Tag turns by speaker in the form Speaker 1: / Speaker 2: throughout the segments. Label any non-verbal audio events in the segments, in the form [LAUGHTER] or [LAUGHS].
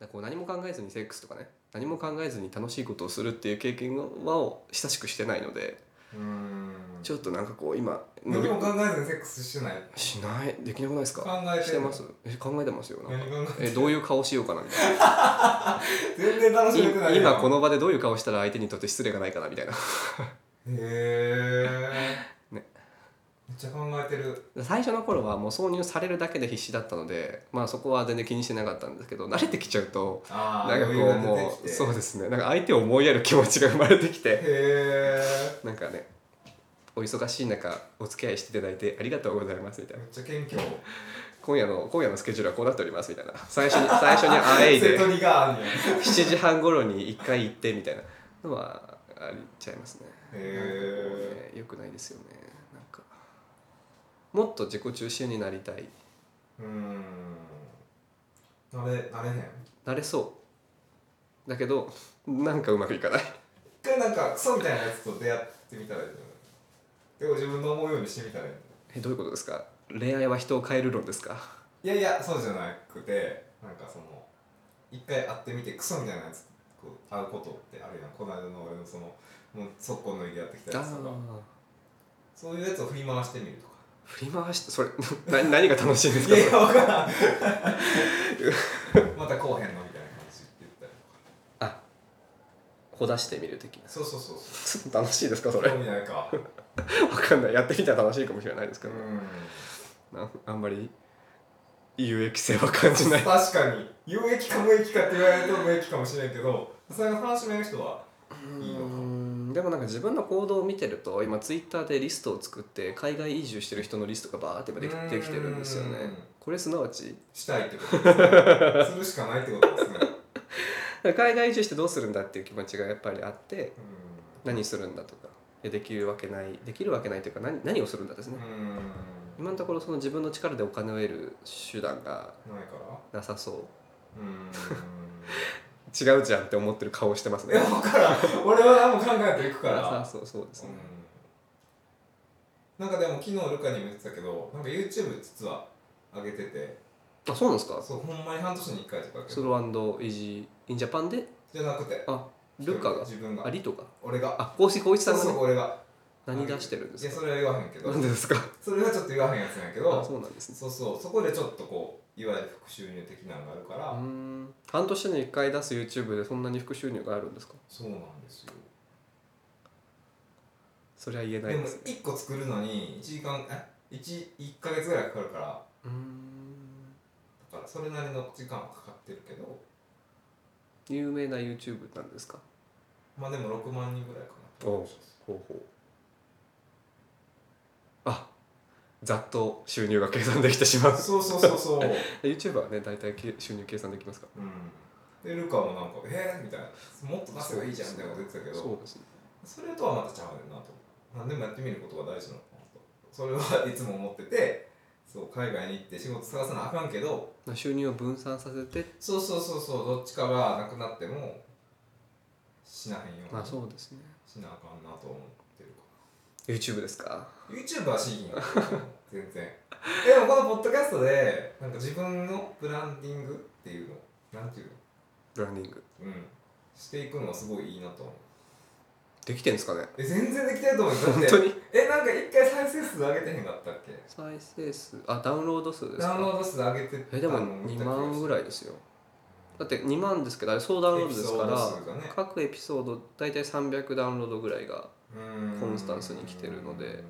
Speaker 1: なんかこう何も考えずにセックスとかね何も考えずに楽しいことをするっていう経験は久しくしてないので
Speaker 2: うん
Speaker 1: ちょっとなんかこう今
Speaker 2: 何も考えずにセックスしてない
Speaker 1: しないできなくないですか
Speaker 2: 考えてる
Speaker 1: してますえ考えてますよなんか
Speaker 2: 何考えて
Speaker 1: えどういう顔しようかなみたいな
Speaker 2: 全然楽しめてない
Speaker 1: い
Speaker 2: やん
Speaker 1: 今この場でどういう顔したら相手にとって失礼がないかなみたいな
Speaker 2: へえ、
Speaker 1: ね
Speaker 2: めっちゃ考えてる
Speaker 1: 最初の頃はもう挿入されるだけで必死だったのでまあそこは全然気にしてなかったんですけど慣れてきちゃうと
Speaker 2: あ
Speaker 1: な
Speaker 2: あ
Speaker 1: んかこうもうそうですねなんか相手を思いやる気持ちが生まれてきて
Speaker 2: へ
Speaker 1: なんかねお忙しい中お付き合いしていただいてありがとうございますみた
Speaker 2: え
Speaker 1: い
Speaker 2: め
Speaker 1: な
Speaker 2: っちゃ謙虚
Speaker 1: 今夜の今夜のスケジュールはこうなっておりますみたいな最
Speaker 2: [LAUGHS]
Speaker 1: 初に最初にアウェイ
Speaker 2: セ
Speaker 1: で
Speaker 2: トリがあるんやへ
Speaker 1: 7時半頃に1回行ってみたいなのはありちゃいますね。
Speaker 2: え
Speaker 1: よくないですよねなんかもっと自己中心になりたいう
Speaker 2: ーんなれなれへん
Speaker 1: なれそうだけどなんかうまくいかない
Speaker 2: 一回なんかクソみたいなやつと出会ってみたらいいんじゃないでも自分の思うようにしてみたらいいんじゃ
Speaker 1: えどういうことですか恋愛は人を変える論ですか
Speaker 2: ないいやいやそうじゃなくてなんかその一回会ってみてクソみたいなやつと会うことってあるやんこの間の俺のそのもう速攻脱いでやってきた
Speaker 1: あ
Speaker 2: やつとか
Speaker 1: ー
Speaker 2: そういうやつを振り回してみるとか
Speaker 1: 振り回してそれな [LAUGHS] 何が楽しいんです
Speaker 2: [LAUGHS] い
Speaker 1: か
Speaker 2: やいや、わ [LAUGHS] からん。またこうへんのみたいな感じって言ったりとか。
Speaker 1: あほだしてみる的な
Speaker 2: そうそうそうそ。
Speaker 1: ちょっと楽しいですかそうれ
Speaker 2: 興味ないか。う
Speaker 1: わかんないやってみたら楽しいかもしれないですけど、
Speaker 2: ん。
Speaker 1: なんあんまり有益性は感じない
Speaker 2: 確かに、有益か無益かって言われると無益かもしれんけど、それが楽しめる人は、いいのか
Speaker 1: うーんでもなんか自分の行動を見てると今ツイッターでリストを作って海外移住してる人のリストがバーって今でき
Speaker 2: うーん
Speaker 1: できてるんですよねこれすなわち
Speaker 2: したいってことです [LAUGHS] ね。するしかないってことですね。
Speaker 1: 海外移住してどうするんだっていう気持ちがやっぱりあって
Speaker 2: う
Speaker 1: 何するんだとかいやできるわけないできるわけないというか何何をするんだです
Speaker 2: ん。
Speaker 1: ね
Speaker 2: うん。
Speaker 1: 今のところその自分の力でお金を得る手段が
Speaker 2: ないから
Speaker 1: なさそう
Speaker 2: うん。 [LAUGHS]
Speaker 1: 違うじゃんって思ってる顔をしてます [LAUGHS]
Speaker 2: い
Speaker 1: ね
Speaker 2: や、わからん。俺は何も考えていくから。
Speaker 1: なさそうそうですね、
Speaker 2: うん、なんかでも昨日ルカにも言ってたけどなんか YouTube 実は上げてて
Speaker 1: あそうなんですか
Speaker 2: そうほんまに半年に1回とかだけ
Speaker 1: ソ
Speaker 2: ど
Speaker 1: ロイージーインジャパンで
Speaker 2: じゃなくて
Speaker 1: あルカが
Speaker 2: 自分
Speaker 1: あ
Speaker 2: が
Speaker 1: リトが
Speaker 2: 俺が
Speaker 1: あ公式光一さ
Speaker 2: そ
Speaker 1: んが
Speaker 2: うそ
Speaker 1: ね
Speaker 2: う俺が
Speaker 1: 何出してるんで
Speaker 2: いや
Speaker 1: す
Speaker 2: そ
Speaker 1: か
Speaker 2: れは言わへんけど
Speaker 1: なんでですか
Speaker 2: それはちょっと言わへんやつなんやけ
Speaker 1: あ
Speaker 2: ど
Speaker 1: そうなんですね
Speaker 2: そうそうそこでちょっとこういわゆる副収入的なのがあるか
Speaker 1: う
Speaker 2: ら、
Speaker 1: ーん半年に1回出す YouTube でそんなに副収入があるんですか
Speaker 2: そうなんですよ
Speaker 1: それは言えな
Speaker 2: で
Speaker 1: い
Speaker 2: も
Speaker 1: ですね
Speaker 2: 1個作るのに1時間え 1, 1ヶ月ぐらいかかるから
Speaker 1: うーん
Speaker 2: だからそれなりの時間はかかってるけど
Speaker 1: 有名な YouTube なんですか
Speaker 2: まあでも6万人ぐらいかな
Speaker 1: おうほうほうあざっと収入が計算できてしまう [LAUGHS]
Speaker 2: そうそうそうそう
Speaker 1: YouTuber はね大体け収入計算できますから
Speaker 2: うん、でルカもなんか「えー?」みたいな「もっと出せばいいじゃん」みたいなこと言ってたけど
Speaker 1: そ
Speaker 2: そう
Speaker 1: ですね
Speaker 2: れとはまたちゃうねんなと何でもやってみることが大事なのかなとそれはいつも思っててそう海外に行って仕事探さなあかんけど
Speaker 1: 収入を分散させて
Speaker 2: そうそうそうそうどっちかがなくなってもしなへんよう
Speaker 1: まあ
Speaker 2: に
Speaker 1: そうですね
Speaker 2: しなあかんなと思ってるか
Speaker 1: YouTube ですから
Speaker 2: YouTube はしいんやけど全然でもこのポッドキャストでなんか自分のブランディングっていうのなんていうの
Speaker 1: ブランディング
Speaker 2: うんしていくのはすごいいいなと思う
Speaker 1: できてんですかね
Speaker 2: え全然できてると思うよだ
Speaker 1: 本
Speaker 2: って
Speaker 1: 当に
Speaker 2: えなんか一回再生数上げてへんかったっけ
Speaker 1: 再生数あダウンロード数ですか
Speaker 2: ダウンロード数上げて
Speaker 1: えでも
Speaker 2: 二
Speaker 1: 2万ぐ
Speaker 2: い
Speaker 1: らいですよだって2万ですけどあれ総ダウンロードですか
Speaker 2: エピソード数が
Speaker 1: ら、
Speaker 2: ね
Speaker 1: 各エピソード大体300ダウンロードぐらいがコンスタンスに来てるので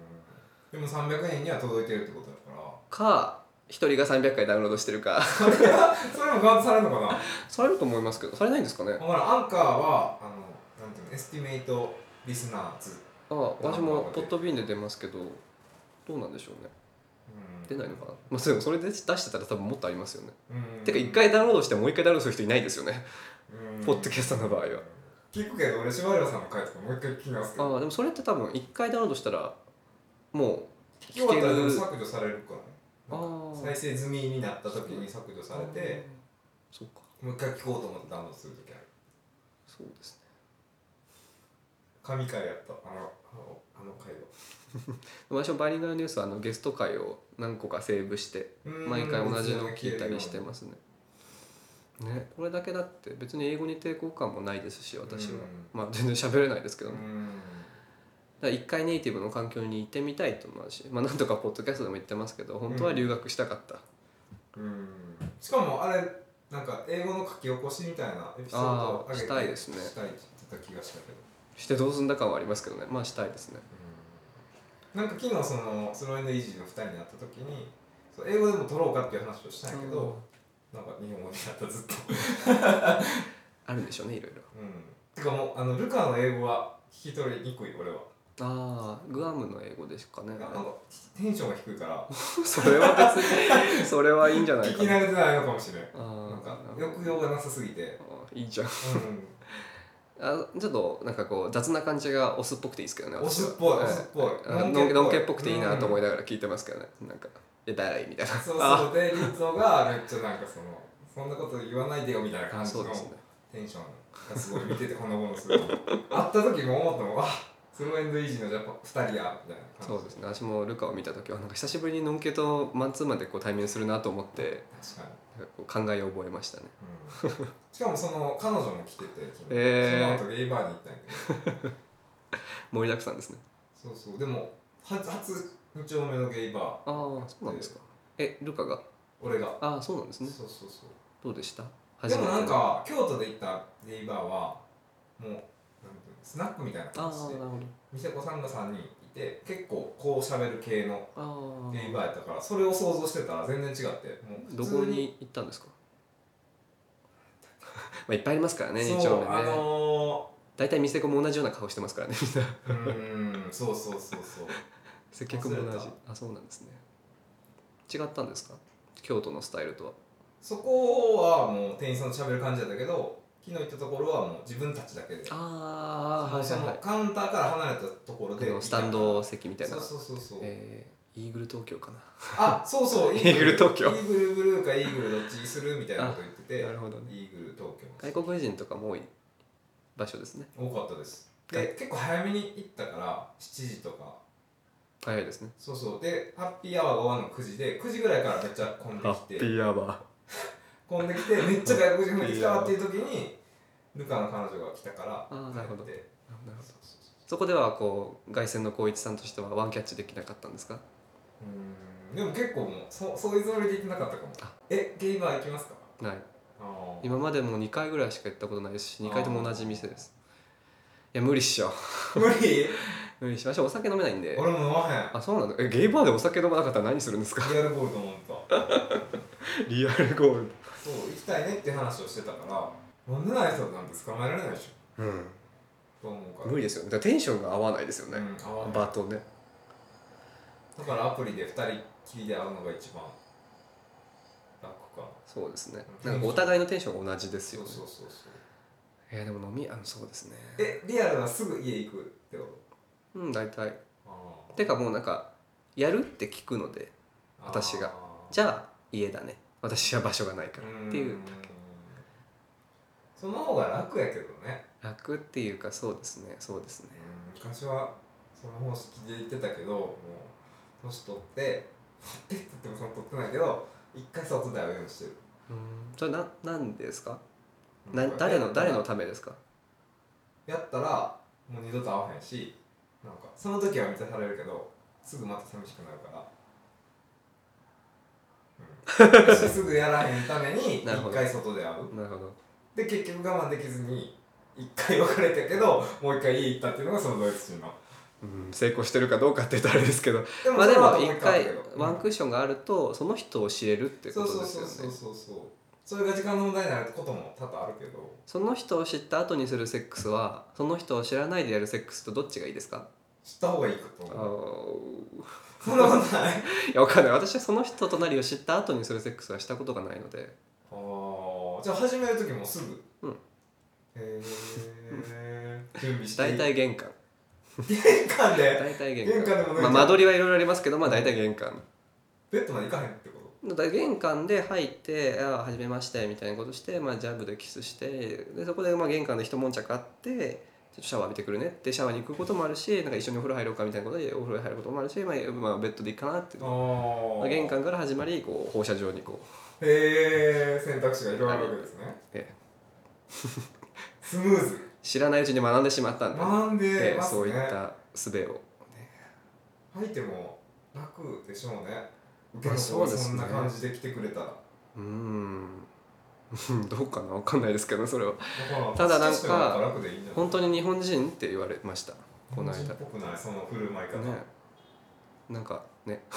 Speaker 2: でも300円には届いてるってことだか
Speaker 1: か1人が300回ダウンロードしてるか
Speaker 2: らそれもカウントされるのかな
Speaker 1: [LAUGHS] されると思いますけどされないんですかね
Speaker 2: ほらアンカーはあのなんていうのエスティメイトリスナーズ
Speaker 1: あ私もポットビーンで出ますけどどうなんでしょうね
Speaker 2: うん
Speaker 1: 出ないのかな、まあ、でもそれで出してたら多分もっとありますよね
Speaker 2: うん
Speaker 1: てか1回ダウンロードしてもう1回ダウンロードする人いないですよね
Speaker 2: うん
Speaker 1: ポッドキャストの場合は
Speaker 2: 聞くけど俺柴原さんの回とかもう一回聞き直すけど
Speaker 1: ああでもそれって多分1回ダウンロードしたらもう
Speaker 2: 今日だったらでも削除されるからね
Speaker 1: あ
Speaker 2: なんか
Speaker 1: ー
Speaker 2: 再生済みになった時に削除されて
Speaker 1: そうか
Speaker 2: もう一回聞こうと思ってダウンロードする時ある
Speaker 1: そうですね
Speaker 2: 神回やったあのあのあの回は
Speaker 1: 私もバイリンガルニュースはあのゲスト回を何個かセーブして
Speaker 2: うーん
Speaker 1: 毎回同じのを聞いたりしてますねね、これだけだって別に英語に抵抗感もないですし私は、
Speaker 2: うん
Speaker 1: まあ全然喋れないですけ
Speaker 2: う
Speaker 1: ど、ねだから
Speaker 2: ん
Speaker 1: 一回ネイティブの環境に行ってみたいと思うし、まあ、なんとかポッドキャストでも言ってますけど本当は留学したかった、
Speaker 2: うんしかもあれなんか英語の書き起こしみたいなエピソードを
Speaker 1: あー
Speaker 2: 上げて
Speaker 1: したいですね
Speaker 2: したいって言ってた気がしたけど
Speaker 1: してどうすんだ感はありますけどねまあしたいですね
Speaker 2: うんなんか昨日そのスローインドイージーの2人に会った時にそう英語でも取ろうかっていう話をしたんやけど、なんか日本語になったずっと
Speaker 1: あるでしょうねいろいろ
Speaker 2: うんてかもうあのルカの英語は聞き取りにくい俺は
Speaker 1: ああグアムの英語ですかね
Speaker 2: なんか
Speaker 1: あ
Speaker 2: あ
Speaker 1: れ
Speaker 2: のテンションが低いから
Speaker 1: [LAUGHS] それは別に [LAUGHS] それはいいんじゃない
Speaker 2: 聞
Speaker 1: か
Speaker 2: き
Speaker 1: な
Speaker 2: 慣れてないのかもしれん
Speaker 1: あ
Speaker 2: なんか
Speaker 1: ー
Speaker 2: 抑揚がなさすぎて
Speaker 1: あーいいじゃん
Speaker 2: う
Speaker 1: あちょっとなんかこう雑な感じがオスっぽくていいですけ [LAUGHS] どね
Speaker 2: オスっ
Speaker 1: 私は
Speaker 2: ぽい
Speaker 1: うん
Speaker 2: オスっぽい
Speaker 1: あの
Speaker 2: ノンケっぽい
Speaker 1: のんけっぽくていいなと思いながら聞いてますけどね、なんか「えだい」みたいなん
Speaker 2: そう
Speaker 1: あ
Speaker 2: そうでリットがめっちゃなんかそのそんなこと言わないでよみたいな
Speaker 1: あ
Speaker 2: 感じ
Speaker 1: そう
Speaker 2: の
Speaker 1: ですね
Speaker 2: テンションがすごい見ててこんなものすごい会った時も思ったもんわスローエンドイージーのじゃあ2人やみたいな感じ
Speaker 1: そうですね私もルカを見た時はなんか久しぶりにのんけとマンツーマンでこう対面するなと思って
Speaker 2: 確か
Speaker 1: なんかこう考えを覚えましたね
Speaker 2: に、うん、しかもその彼女も来てて昨日
Speaker 1: えー
Speaker 2: その後ゲイバーに行ったんやけど
Speaker 1: 盛りだくさんですね
Speaker 2: そうそうでも初初2丁目のゲイバー
Speaker 1: ああそうなんですかえルカが
Speaker 2: 俺が
Speaker 1: ああそうなんです
Speaker 2: そう
Speaker 1: ね
Speaker 2: そうそう
Speaker 1: どうでした
Speaker 2: でもなんか京都で行ったゲイバーはもうなんていうのスナックみたいな
Speaker 1: ああ
Speaker 2: 感じで
Speaker 1: ーなるほど
Speaker 2: 店子さんが3人いて結構こう喋る系の
Speaker 1: あ
Speaker 2: ゲイ
Speaker 1: あ
Speaker 2: バーやったからそれを想像してたら全然違ってもう
Speaker 1: ど
Speaker 2: 普
Speaker 1: こ
Speaker 2: 通
Speaker 1: に行ったんですかまあいっぱいありますからね
Speaker 2: そう
Speaker 1: 2丁目
Speaker 2: あ
Speaker 1: ね
Speaker 2: の
Speaker 1: 大体店子も同じような顔してますからねみんな
Speaker 2: ー、うーんそうそう [LAUGHS] そうそう
Speaker 1: 接客も同
Speaker 2: 忘
Speaker 1: じ
Speaker 2: れ
Speaker 1: あそうなんですね違ったんですか京都のスタイルとは
Speaker 2: そこはもう店員さんと喋る感じだったけど昨日行ったところはもう自分たちだけで
Speaker 1: ああはい
Speaker 2: そ
Speaker 1: はいは
Speaker 2: の
Speaker 1: い
Speaker 2: カウンターから離れたところ
Speaker 1: あ
Speaker 2: で
Speaker 1: のスタンド席みたいな
Speaker 2: そうそうそうそう、
Speaker 1: えーイーグル東京かな
Speaker 2: あそうそ
Speaker 1: [LAUGHS]
Speaker 2: う
Speaker 1: イーグル東京
Speaker 2: イーグルブルーかイーグルどっちにするみたいなこと言っててイ
Speaker 1: なるほどね
Speaker 2: ーグル東京
Speaker 1: 外国人とかも多い場所ですね
Speaker 2: 多かったですで結構早めに行ったから7時とか
Speaker 1: 早いですね
Speaker 2: そうそうでハッピーアワーが終わるの9時で9時ぐらいからめっちゃ混んできて
Speaker 1: ーアワー
Speaker 2: 混んできてめっちゃ外国人増えてきたわっていう時にルカの彼女が来たから
Speaker 1: あーなるほど
Speaker 2: 帰って
Speaker 1: なるほど
Speaker 2: そうそうそう
Speaker 1: そこではこう凱旋の光一さんとしてはワンキャッチできなかったんですか
Speaker 2: うーんでも結構もうそそういうつもりで行ってなかったかも
Speaker 1: あ
Speaker 2: えゲイバー行きますか
Speaker 1: ない
Speaker 2: あー
Speaker 1: 今までもう2回ぐらいしか行ったことないですし2回とも同じ店ですいや無理っしょ [LAUGHS]
Speaker 2: 無理
Speaker 1: 無理っしょ私お酒飲めないんで
Speaker 2: 俺も飲まへん
Speaker 1: あそうなのえゲイバーでお酒飲まなかったら何するんですか [LAUGHS]
Speaker 2: リアルゴールド飲んだ
Speaker 1: リアルゴール
Speaker 2: そう行きたいねって話をしてたから飲んでない人なんて捕まえられないでし
Speaker 1: ドうん
Speaker 2: ょと思うから
Speaker 1: 無理ですよねだからテンションが合わないですよ
Speaker 2: う
Speaker 1: ね、
Speaker 2: ん合わない
Speaker 1: バーとね
Speaker 2: だからアプリで2人きりで会うのが一番楽かな
Speaker 1: そうですね
Speaker 2: うん
Speaker 1: なんかお互いのテンションが同じです
Speaker 2: そ
Speaker 1: よ
Speaker 2: う
Speaker 1: ね
Speaker 2: そうそうそう
Speaker 1: いやでも飲みあのそうですね
Speaker 2: えリアルはすぐ家行くってこ
Speaker 1: うん大体
Speaker 2: と
Speaker 1: てかもうなんかやるって聞くので私がじ
Speaker 2: ゃ
Speaker 1: ゃあ家だね私は場所がないからっていう
Speaker 2: その方が楽やけどね
Speaker 1: 楽っていうかそうですねそうですね
Speaker 2: 昔はその方式で言ってたけどもう年取って取ってって言ってもその取ってないけど一回外で会うようにしてる
Speaker 1: うんそれな何ですかな誰の誰のためですか
Speaker 2: やったらもう二度と会わへんしなんかその時は満たされるけどすぐまた寂しくなるから、
Speaker 1: [LAUGHS]
Speaker 2: うん、私すぐやらへんために
Speaker 1: なるほ
Speaker 2: 一
Speaker 1: ど
Speaker 2: 回外で会う
Speaker 1: なるほど
Speaker 2: で結局我慢できずに一回別れたけどもう一回家行ったっていうのがそのドイツ人の
Speaker 1: うん成功してるかどうかって言ったらあれですけど
Speaker 2: で
Speaker 1: [LAUGHS] まあで
Speaker 2: その
Speaker 1: も
Speaker 2: 後
Speaker 1: 一回ワン
Speaker 2: ー
Speaker 1: クッションがあるとその人を知れるって
Speaker 2: そ
Speaker 1: こ
Speaker 2: う
Speaker 1: と
Speaker 2: そう
Speaker 1: です
Speaker 2: そ
Speaker 1: よ
Speaker 2: うそ
Speaker 1: ね
Speaker 2: うそうそうそれが時間の問題になることも多々あるけど
Speaker 1: その人を知った後にするセックスはその人を知らないでやるセックスとどっちがいいですか
Speaker 2: 知った方がいいかと
Speaker 1: あ
Speaker 2: 思う
Speaker 1: ー
Speaker 2: そんなことない
Speaker 1: いやわかんない私はその人となりを知った後にするセックスはしたことがないので
Speaker 2: あーじゃあ始める時もすぐ
Speaker 1: うん
Speaker 2: へえ準備して
Speaker 1: 大体玄関
Speaker 2: 玄関で
Speaker 1: 大体玄
Speaker 2: 玄
Speaker 1: 関
Speaker 2: 関でも
Speaker 1: まあ、間取りはいろいろありますけどまあ大体玄関
Speaker 2: ベッドまで行かへんってこと
Speaker 1: だから玄関で入って「ああはじめまして」みたいなことして、まあ、ジャブでキスしてでそこでまあ玄関で一悶着あってちょっとシャワー浴びてくるねってシャワーに行くこともあるしなんか一緒にお風呂入ろうかみたいなことでお風呂入ることもあるし、まあまあ、ベッドでいいかなっていう
Speaker 2: あ
Speaker 1: まあ
Speaker 2: あ
Speaker 1: 玄関から始まりこう放射状にこ
Speaker 2: へへえ選択肢がいろいろあるわけですね
Speaker 1: ええ
Speaker 2: スムーズ
Speaker 1: 知らないうちに学んでしまったんで、
Speaker 2: 学ん
Speaker 1: え
Speaker 2: で
Speaker 1: え
Speaker 2: ますね
Speaker 1: そういった術を
Speaker 2: 吐いても楽でしょうね受
Speaker 1: ま
Speaker 2: け
Speaker 1: あ
Speaker 2: の
Speaker 1: そ
Speaker 2: 方
Speaker 1: う
Speaker 2: が
Speaker 1: ですね
Speaker 2: そんな感じで来てくれ
Speaker 1: [LAUGHS]
Speaker 2: たら、
Speaker 1: うーんどうかなわかん [LAUGHS] ないですけどそれは
Speaker 2: だ
Speaker 1: た
Speaker 2: ら
Speaker 1: だなんか
Speaker 2: 私としてはなんか楽でいいんじゃない
Speaker 1: 本当に日本人って言われましたねこの間
Speaker 2: 日本人っぽくないその振る舞い方、
Speaker 1: なんかね [LAUGHS]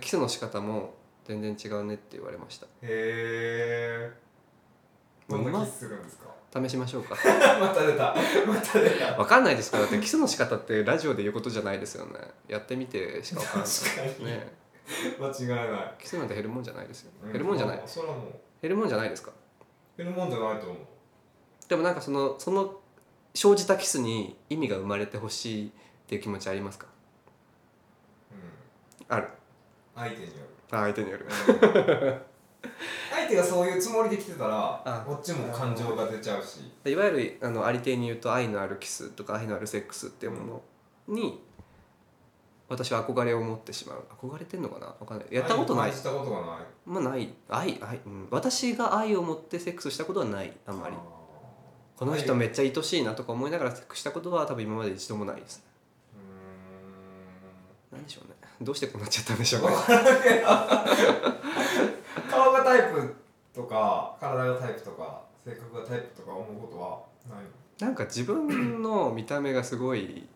Speaker 1: キスの仕方も全然違うねって言われました
Speaker 2: へえどんなキスするんですか [LAUGHS]
Speaker 1: 試しましょうか
Speaker 2: また出たまた出た
Speaker 1: わかんないですからだってキスの仕方ってラジオで言うことじゃないですよねやってみてしかわかん
Speaker 2: 確
Speaker 1: な
Speaker 2: か
Speaker 1: い
Speaker 2: に、
Speaker 1: ね
Speaker 2: 間違いない、
Speaker 1: キスなんて減るもんじゃないですよ
Speaker 2: う
Speaker 1: 減るもんじゃない
Speaker 2: まあそれはもう
Speaker 1: 減るもんじゃないですか
Speaker 2: 減るもんじゃないと思う
Speaker 1: でもなんかそのその生じたキスに意味が生まれてほしいっていう気持ちありますか
Speaker 2: うん
Speaker 1: ある
Speaker 2: 相手による
Speaker 1: あ相手による
Speaker 2: 相手がそういうつもりで来てたら
Speaker 1: あ
Speaker 2: こっちも感情が出ちゃうし
Speaker 1: いわゆるあのありていに言うと愛のあるキスとか愛のあるセックスっていうものに私は憧れを持ってしまう憧れてんのかなわかんないやったことない
Speaker 2: 愛したことがない
Speaker 1: まあない愛愛、うん、私が愛を持ってセックスしたことはないあんまり
Speaker 2: ー
Speaker 1: この人めっちゃ愛しいなとか思いながらセックスしたことは多分今まで一度もないですね
Speaker 2: う
Speaker 1: なんでしょうねどうしてこうなっちゃったんでしょう
Speaker 2: ーん
Speaker 1: ね
Speaker 2: わからんけど顔がタイプとか体がタイプとか性格がタイプとか思うことはない
Speaker 1: [LAUGHS] なんか自分の見た目がすごい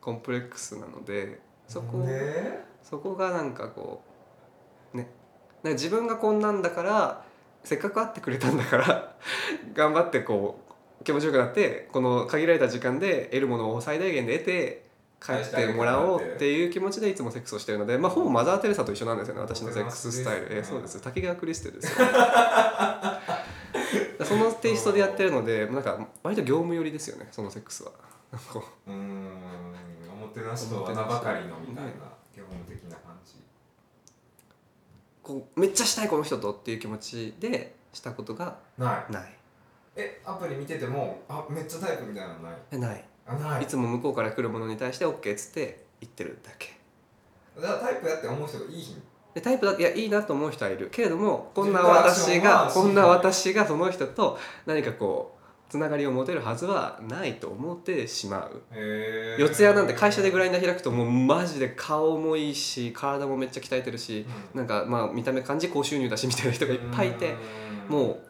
Speaker 1: コンプレックスなのでそこを
Speaker 2: ね
Speaker 1: そこがなんかこうねなんか自分がこんなんだからせっかく会ってくれたんだから [LAUGHS] 頑張ってこう気持ちよくなってこの限られた時間で得るものを最大限で得て帰ってもらおうっていう気持ちでいつもセックスをしてるので、まあ、ほぼマザー・テレサと一緒なんですよね私のセックススタイル、ええそうです滝川クリステルですよ、 [LAUGHS] そのテイストでやってるのでなんか割と業務寄りですよねそのセックスは。なんかこう
Speaker 2: うーんおもてなしとは名ばかりのみたいな基本的な感じ
Speaker 1: こうめっちゃしたいこの人とっていう気持ちでしたことが
Speaker 2: ない
Speaker 1: ない
Speaker 2: えアプリ見ててもあめっちゃタイプみたいなのない
Speaker 1: えない、
Speaker 2: あない
Speaker 1: い、つも向こうから来るものに対して OK っつって言ってるだけ
Speaker 2: だからタイプやって思う人がいい日に
Speaker 1: でタイプだけいやいいなと思う人はいるけれどもこんな私が
Speaker 2: 自
Speaker 1: こん
Speaker 2: 分の
Speaker 1: な
Speaker 2: アク
Speaker 1: 私がその人と何かこうつながりを持てるはずはないと思ってしまう
Speaker 2: へー
Speaker 1: 四谷なんて会社でグラインダー開くともうマジで顔もいいし体もめっちゃ鍛えてるし
Speaker 2: うん
Speaker 1: なんかまあ見た目感じ高収入だしみたいな人がいっぱいいて
Speaker 2: う
Speaker 1: もう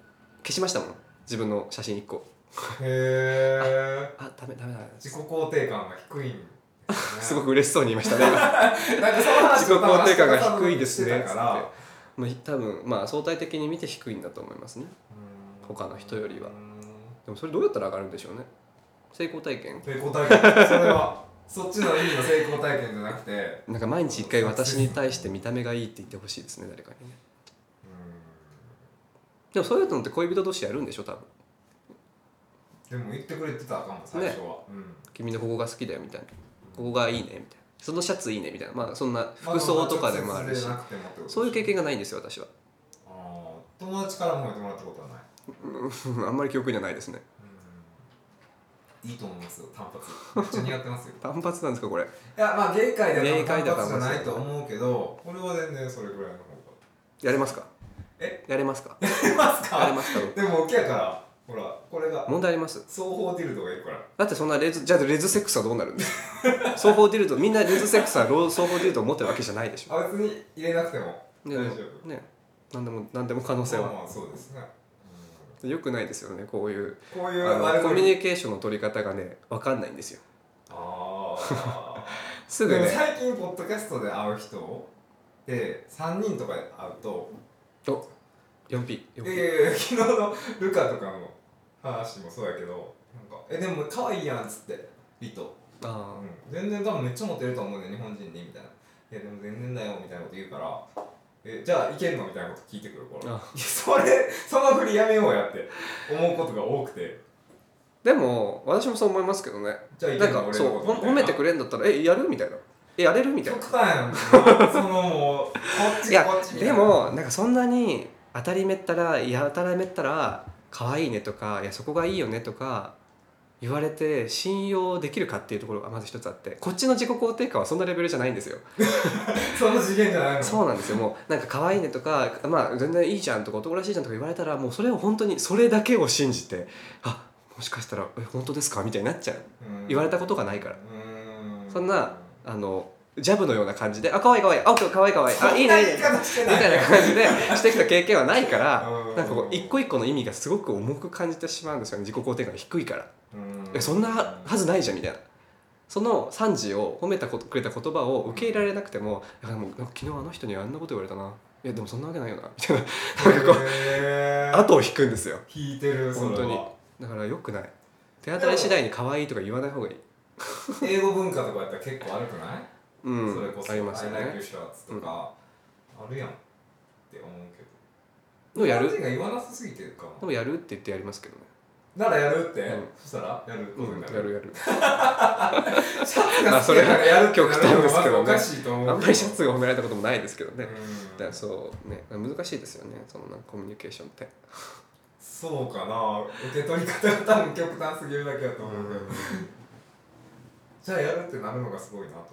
Speaker 1: 消しましたもん自分の写真1個
Speaker 2: ーんへえ
Speaker 1: あダメダメダメ、
Speaker 2: 自己肯定感が低いんです,、ね
Speaker 1: [LAUGHS] すごく嬉しそうに言いましたね今
Speaker 2: なんかその話
Speaker 1: 自己肯定感が低いです
Speaker 2: だ
Speaker 1: ね
Speaker 2: か
Speaker 1: つっ
Speaker 2: ら
Speaker 1: てまあ、多分まあ相対的に見て低いんだと思いますね他の人よりはでもそれどうやったら上がるんでしょうね成功体験
Speaker 2: 成功体験それはそっちの意味の成功体験じゃなくてう
Speaker 1: なんか毎日一回私に対して見た目がいいって言ってほしいですね誰かにねでもそういうのって恋人同士やるんでしょ多分
Speaker 2: ーんでも言ってくれてたかも最初は、うん
Speaker 1: 君のここが好きだよみたいなここがいいねみたいなそのシャツいいねみたいなまあそんな
Speaker 2: まあ
Speaker 1: 服装とかでもあるし
Speaker 2: 直接なくてもってことでしょ
Speaker 1: そういう経験がないんですよ私は [LAUGHS]
Speaker 2: あー友達からもやってもらったことはない
Speaker 1: あんまり記憶にはないですね
Speaker 2: うんいいと思いますよ単発めっちゃ似合って
Speaker 1: [LAUGHS]
Speaker 2: ますよ
Speaker 1: 単発なんですかこれ
Speaker 2: いやまあ芸界では
Speaker 1: 芸界
Speaker 2: 単
Speaker 1: だ
Speaker 2: 発じゃ
Speaker 1: 単
Speaker 2: な
Speaker 1: 発
Speaker 2: いと思うけど俺は全然それぐらいの方が
Speaker 1: やれますか
Speaker 2: え
Speaker 1: やれますか
Speaker 2: 出ます
Speaker 1: やれ
Speaker 2: か
Speaker 1: ますか
Speaker 2: でも大きやからほらこれが
Speaker 1: 問題あります
Speaker 2: 双方ディルドがいるから
Speaker 1: だってそんなレズじゃあレズセックスはどうなるんですか双方ディルドみんなレズセックスは [LAUGHS] ロー双方ディルドを持ってるわけじゃないでしょ
Speaker 2: あ別に入れなくても大
Speaker 1: ね
Speaker 2: 丈夫
Speaker 1: ね何でも何でも可能性
Speaker 2: まあ
Speaker 1: は
Speaker 2: まあそうですね
Speaker 1: 良くないですよねこういう
Speaker 2: うんこう
Speaker 1: あ
Speaker 2: い
Speaker 1: の
Speaker 2: う
Speaker 1: コミュ
Speaker 2: ニ
Speaker 1: ニケーションの取り方がね分かんないんですよ
Speaker 2: あー
Speaker 1: すぐ
Speaker 2: でも
Speaker 1: ね
Speaker 2: 最近ポッドキャストで会う人で3人とかで会うと
Speaker 1: お 4P
Speaker 2: いや
Speaker 1: 4P
Speaker 2: いやいや昨日のルカとかの話もそうやけどなんか「えでも可愛いやん」っつってリト、う
Speaker 1: あ
Speaker 2: ん、全然多分めっちゃモテると思うね日本人にみたいな「いやでも全然だよ」みたいなこと言うから「えじゃあいけんの?」みたいなこと聞いてくるから「いや
Speaker 1: あ
Speaker 2: それその振りやめようや」って思うことが多くて
Speaker 1: でも私もそう思いますけどね
Speaker 2: 「じゃあいけ
Speaker 1: なん
Speaker 2: んの
Speaker 1: か
Speaker 2: 俺
Speaker 1: そ
Speaker 2: の
Speaker 1: う
Speaker 2: こ
Speaker 1: ほ
Speaker 2: と」
Speaker 1: ん褒めてくれんだったらえやるみたいなえやれるみたいな
Speaker 2: 極端やんなそのもうこっ
Speaker 1: い
Speaker 2: ち
Speaker 1: や
Speaker 2: こっちみたい
Speaker 1: で
Speaker 2: な
Speaker 1: もなんかそんなに当たりめったらやたらめったら可愛いねとかいやそこがいいよねとか言われて信用できるかっていうところがまず一つあってこっちの自己肯定感はそんなレベルじゃないんですよ
Speaker 2: その次元じゃないの
Speaker 1: そうなんですよもうなんか可愛いねとか、まあ、全然いいじゃんとか男らしいじゃんとか言われたらもうそれを本当にそれだけを信じてあもしかしたらえ本当ですかみたいになっちゃう
Speaker 2: うん
Speaker 1: 言われたことがないから
Speaker 2: うん
Speaker 1: そんなあのジャブのような感じで「あ可愛い可愛いあオッケー可愛い可愛いあいいねいいね」
Speaker 2: そんな言い方して
Speaker 1: み
Speaker 2: ない
Speaker 1: たいな感じでしてきた経験はないから
Speaker 2: うん
Speaker 1: なんかこう一個一個の意味がすごく重く感じてしまうんですよね自己肯定感が低いから。
Speaker 2: うん
Speaker 1: えそんなはずないじゃんみたいなその惨事を褒めたことくれた言葉を受け入れられなくてもいやでもなんか昨日あの人にあんなこと言われたないやでもそんなわけないよなみたいななんかこ
Speaker 2: へ
Speaker 1: う
Speaker 2: ー
Speaker 1: 後を引くんですよ
Speaker 2: 引いてるそれ
Speaker 1: 本当に
Speaker 2: は
Speaker 1: だからよくない手当たり次第に可愛いとか言わない方がいい
Speaker 2: 英語文化とかやったら結構悪くない
Speaker 1: うん
Speaker 2: それこそ
Speaker 1: あ
Speaker 2: 「
Speaker 1: りますよ
Speaker 2: I like
Speaker 1: ね
Speaker 2: you shots」とか、あるやんって思うけど
Speaker 1: のや
Speaker 2: 日本
Speaker 1: る
Speaker 2: 人が言わなさすぎてるか
Speaker 1: でもやるって言ってやりますけどね
Speaker 2: なならやるって、
Speaker 1: うん
Speaker 2: そしたらやること
Speaker 1: うん
Speaker 2: にな
Speaker 1: や
Speaker 2: る、
Speaker 1: る
Speaker 2: [LAUGHS]
Speaker 1: やる
Speaker 2: シャツが好きやからやるってなるのがまずおかしいと思う
Speaker 1: あんまりシャツが褒められたこともないですけど
Speaker 2: ね
Speaker 1: ねだからそうね難しいですよねそのなんかコミュニケーションって
Speaker 2: そうかな受け取り方が多分極端すぎるだけだと思うけど、じゃあやるってなるのがすごいなと思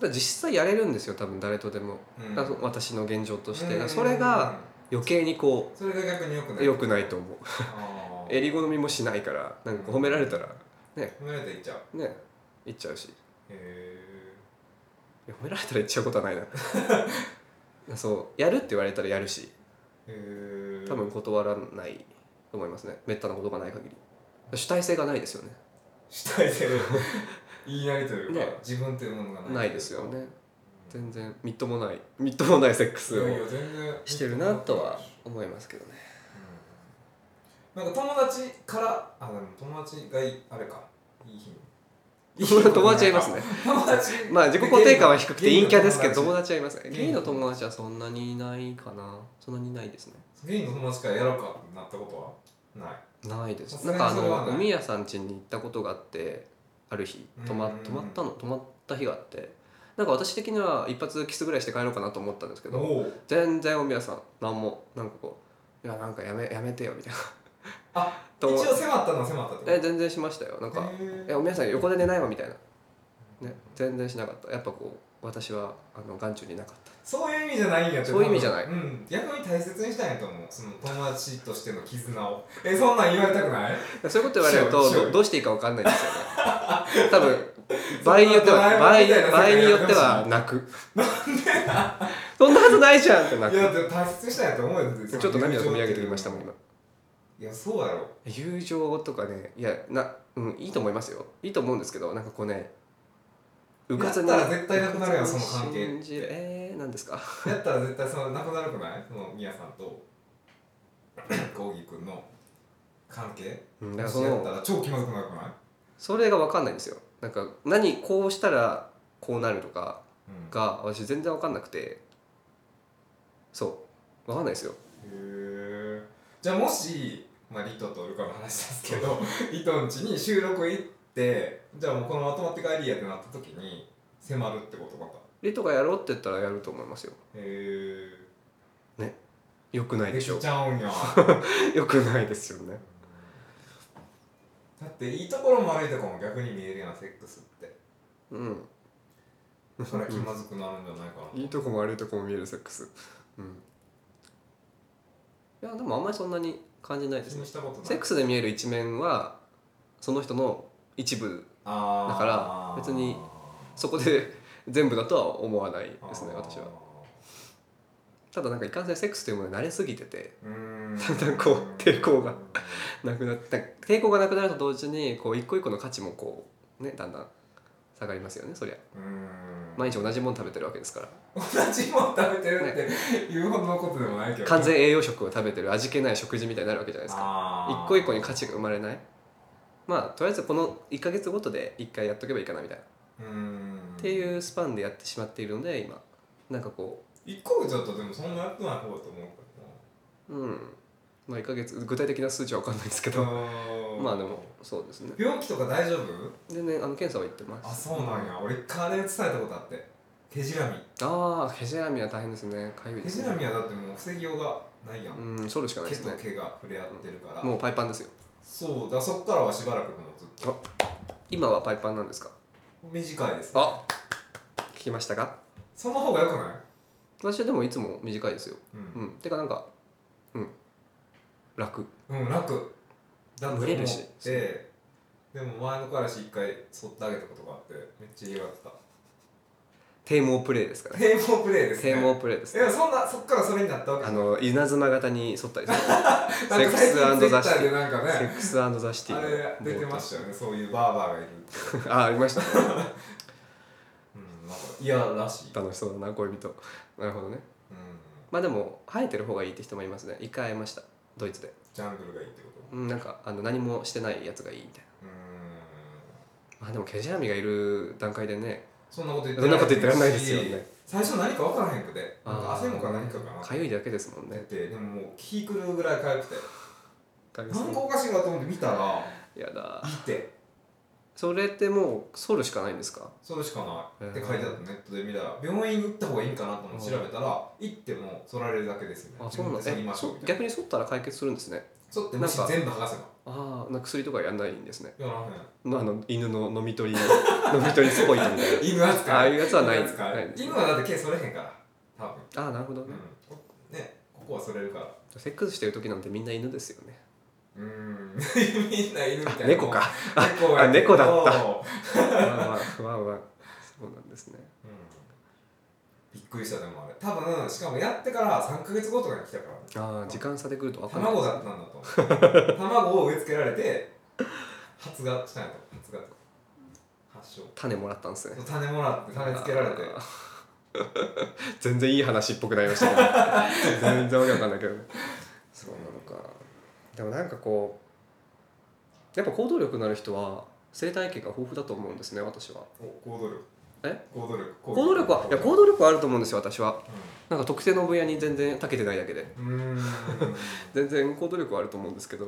Speaker 1: ただ実際やれるんですよ多分誰とでも
Speaker 2: う、うん
Speaker 1: だから私の現状として、だか
Speaker 2: う
Speaker 1: ら
Speaker 2: ん
Speaker 1: それが余計にこ
Speaker 2: それが逆に良くな
Speaker 1: う
Speaker 2: い
Speaker 1: 良くないと思う
Speaker 2: あー
Speaker 1: えり好みもしないからなんかこう褒められたら
Speaker 2: 褒められていっちゃう
Speaker 1: ね言っちゃうしい
Speaker 2: へ
Speaker 1: や褒められたら言っちゃうことはないな [LAUGHS] そうやるって言われたらやるし
Speaker 2: えへえ
Speaker 1: 多分断らないと思いますねめったなことがない限り主体性がないですよね
Speaker 2: 主体性言いなりというか、
Speaker 1: ね
Speaker 2: 自分というものがない
Speaker 1: ないですよね
Speaker 2: 全
Speaker 1: 全然みっともないみっともないセックス
Speaker 2: 然
Speaker 1: を
Speaker 2: 全然
Speaker 1: してるなとは思いますけどね
Speaker 2: うんなんか友達からあでも友達がいいあれかいい日に
Speaker 1: [LAUGHS] 友達はいますね
Speaker 2: 友達
Speaker 1: まあ自己肯定感は低くて
Speaker 2: ゲイ
Speaker 1: 陰
Speaker 2: の
Speaker 1: キャですけど友
Speaker 2: 友
Speaker 1: 達はいますね
Speaker 2: ゲ
Speaker 1: ゲ
Speaker 2: イ
Speaker 1: イ
Speaker 2: の
Speaker 1: の
Speaker 2: 友
Speaker 1: 友達はそんなにいないかなそんなにいないですね
Speaker 2: ゲイの友達からやろうかってなったことはない
Speaker 1: ないです
Speaker 2: さ
Speaker 1: な
Speaker 2: すが
Speaker 1: ん
Speaker 2: に
Speaker 1: かあ
Speaker 2: それは
Speaker 1: の
Speaker 2: ない
Speaker 1: おみやさん家に行ったことがあってある日泊ま
Speaker 2: うんうんうん
Speaker 1: 泊まったの泊まった日があってなんか私的には一発キスぐらいして帰ろうかなと思ったんですけど
Speaker 2: おう
Speaker 1: 全然おみやさん何もなんかこう「いやなんかやめやめてよ」みたいな
Speaker 2: あ
Speaker 1: と思
Speaker 2: 一応迫ったのは迫ったってこと
Speaker 1: え全然しましたよなんか
Speaker 2: へ
Speaker 1: 「
Speaker 2: え
Speaker 1: えおみやさん横で寝ないわ」みたいな、ね、全然しなかったやっぱこう私はあの眼中になかった
Speaker 2: そういう意味じゃないんやって
Speaker 1: そういう意味じゃない
Speaker 2: うん、逆に大切にしたいんやと思うその友達としての絆をえそんなん言われたくない
Speaker 1: そういうこと言われる
Speaker 2: そう
Speaker 1: と
Speaker 2: そう
Speaker 1: どどうしていいか分かんないんですよね多
Speaker 2: [LAUGHS]
Speaker 1: 分場合によっては場合に場合によっては泣くそんなはずないじゃんって泣
Speaker 2: いやだっ
Speaker 1: く
Speaker 2: て大切にしたいんやと思うよ
Speaker 1: ちょっと涙を込み上げてきましたもん今
Speaker 2: いやそうやろ
Speaker 1: 友情とかねいやな、うん、いいと思いますよいいと思うんですけどなんかこうねうかつに
Speaker 2: やったら絶対なくなるやんその関係って
Speaker 1: うかつに信じるえー、何ですか
Speaker 2: やったら絶対そのなくなるくないそのみやさんとコーギーくんの関係
Speaker 1: うん
Speaker 2: も
Speaker 1: だから
Speaker 2: し
Speaker 1: そ
Speaker 2: やった
Speaker 1: の
Speaker 2: ら超気まずくなるくない、
Speaker 1: それが分かんないんですよなんか何こうしたらこうなるとか
Speaker 2: うん、
Speaker 1: が私全然分かんなくてそう分かんないですよ
Speaker 2: へえじゃあもし、まあ、リトとルカの話ですけ [LAUGHS] どリトん家に収録行ってじゃあもうこのまとまって帰りやってなった時に迫るってことまた
Speaker 1: リトがやろうって言ったらやると思いますよ
Speaker 2: へ
Speaker 1: よくな
Speaker 2: え
Speaker 1: いでしょ
Speaker 2: ちゃうんや
Speaker 1: [LAUGHS] よくないですよね
Speaker 2: だっていいところも悪いところも逆に見えるやんセックスって
Speaker 1: うん
Speaker 2: だから気まずくなるんじゃないかな
Speaker 1: いいとこも悪いとこも見えるセックスうんいやでもあんまりそんなに感じないで
Speaker 2: 気
Speaker 1: すね
Speaker 2: にしたことない
Speaker 1: セックスで見える一面はその人の一部だから別にそこで [LAUGHS] 全部だとは思わないですね私はただなんかいかんせんセックスというものに慣れすぎてて
Speaker 2: うーん
Speaker 1: だんだん [LAUGHS] こう抵抗がなくなってなんか抵抗がなくなると同時にこう一個一個の価値もこうねだんだん下がりますよねそりゃ
Speaker 2: うーん
Speaker 1: 毎日同じもの食べてるわけですから
Speaker 2: 同じもん食べてるって言うほどのことでもないけど
Speaker 1: 完全栄養食を食べてる味気ない食事みたいになるわけじゃないですか
Speaker 2: あー
Speaker 1: 一個一個に価値が生まれないまあとりあえずこの1ヶ月ごとで1回やっとけばいいかなみたいな、
Speaker 2: うーん
Speaker 1: っていうスパンでやってしまっているので今なんかこ
Speaker 2: 一個ちょっとでもそんなやってない方だと思う
Speaker 1: ううんまあ1ヶ月具体的な数値は分かんないですけ
Speaker 2: けど
Speaker 1: ど
Speaker 2: うーん
Speaker 1: まあでもそうですね
Speaker 2: 病気とか大丈夫
Speaker 1: 全然あの検査は行ってま
Speaker 2: あ
Speaker 1: す
Speaker 2: そうなんや俺一回あれ伝えたことあって手じらみ
Speaker 1: ああ毛じらみは大変ですねかゆいで
Speaker 2: 手
Speaker 1: す
Speaker 2: じら
Speaker 1: ね
Speaker 2: みはだってもう防ぎようがないやん
Speaker 1: うんそるしかない
Speaker 2: 毛
Speaker 1: です
Speaker 2: と
Speaker 1: ね
Speaker 2: 毛が触れ合ってるから
Speaker 1: もうパイパンですよ
Speaker 2: そうだそっからはしばらくもうずっと
Speaker 1: 今はパイパンなんですか
Speaker 2: 短いです、ね、
Speaker 1: あ聞きましたか
Speaker 2: その方がよくない
Speaker 1: 私はでもいつも短いですよ
Speaker 2: うん
Speaker 1: うんてかなんかうん楽
Speaker 2: うん楽だって
Speaker 1: 蒸れるし
Speaker 2: 思ってでも前の彼氏一回剃ってあげたことがあってめっちゃ嫌がって
Speaker 1: [LAUGHS]
Speaker 2: た
Speaker 1: 低毛プレイですからね
Speaker 2: 平凡プレイですね
Speaker 1: 低毛プレイです
Speaker 2: いやそんなそっからそれになったわけ
Speaker 1: あ
Speaker 2: じゃない
Speaker 1: の稲妻型に沿ったりする
Speaker 2: なんか最近
Speaker 1: セックスザシティ
Speaker 2: Twitter でなんか
Speaker 1: セ
Speaker 2: ね
Speaker 1: ックスザシティ
Speaker 2: あ
Speaker 1: の
Speaker 2: れ出てましたよねそういうバーバーが
Speaker 1: [LAUGHS]
Speaker 2: いる
Speaker 1: あありましたね
Speaker 2: うんなんか嫌らしいうん
Speaker 1: 楽しそうだな恋人なるほどねまあでも生えてる方がいいって人もいますね一回会いましたドイツで
Speaker 2: ジャングルがいいってこと
Speaker 1: うんなんかあの何もしてないやつがいいみたい
Speaker 2: うん
Speaker 1: なまあでも毛並みがいる段階でね
Speaker 2: そんなこと言って
Speaker 1: そんなこと言ってらんないですよね
Speaker 2: 最初何か分からへんくてなんか
Speaker 1: あー
Speaker 2: 汗もか何かかなっ
Speaker 1: かゆいだけですもん
Speaker 2: て
Speaker 1: ね
Speaker 2: でももう気狂うぐらい痒くて
Speaker 1: かゆいです
Speaker 2: なんか
Speaker 1: ね
Speaker 2: おかしいなと思って見たら
Speaker 1: やだ
Speaker 2: いて
Speaker 1: それってもう剃るしかないんですか
Speaker 2: それしかないって
Speaker 1: えー
Speaker 2: 書いてあったネットで見たら病院に行った方がいいんかなと思っ
Speaker 1: う
Speaker 2: て
Speaker 1: ん
Speaker 2: 調べたら行っても剃られるだけですよね
Speaker 1: あそうなん
Speaker 2: 自分で剃り
Speaker 1: え
Speaker 2: ましょう
Speaker 1: そ
Speaker 2: みたいな
Speaker 1: 逆に剃ったら解決するんですね
Speaker 2: 剃ってもし
Speaker 1: なんか
Speaker 2: 全部剥がせば
Speaker 1: ああ薬とかやんないんですね
Speaker 2: やらへん
Speaker 1: のあの犬の飲み [LAUGHS] 取り飲み取りスポイトみたいな
Speaker 2: 犬扱い
Speaker 1: ああいうやつはない
Speaker 2: 犬扱
Speaker 1: ないです
Speaker 2: 犬はだって毛剃れへんから多分
Speaker 1: ああなるほどね、
Speaker 2: うんねここは剃れるから
Speaker 1: セックスしてる時なんてみんな犬ですよね
Speaker 2: うーん
Speaker 1: [LAUGHS]
Speaker 2: みんな犬み
Speaker 1: あ
Speaker 2: たいな
Speaker 1: 猫か
Speaker 2: 猫やけど
Speaker 1: あ猫だっ [LAUGHS] わんわんわんわんそうなんですね
Speaker 2: びっくりしたでもあれ多分しかもやってから3か月後とかに来たからね
Speaker 1: ああ時間差で来ると分かんない
Speaker 2: 卵だったんだと思う卵を植え付けられて発芽したんやと発芽とか発症
Speaker 1: 種もらったんですね
Speaker 2: 種もらって種付けられて
Speaker 1: あー [LAUGHS] 全然いい話っぽくなりま
Speaker 2: [LAUGHS]
Speaker 1: したけど全然わけわかんないけどそうなのかでもなんかこうやっぱ行動力のある人は生態系が豊富だと思うんですね私は
Speaker 2: お行動力
Speaker 1: え
Speaker 2: 行動力
Speaker 1: 行動力はいや行動力はあると思うんですよ私はなんか特定の分野に全然長けてないだけ [LAUGHS] で
Speaker 2: うんうーん
Speaker 1: 全然行動力はあると思うんですけど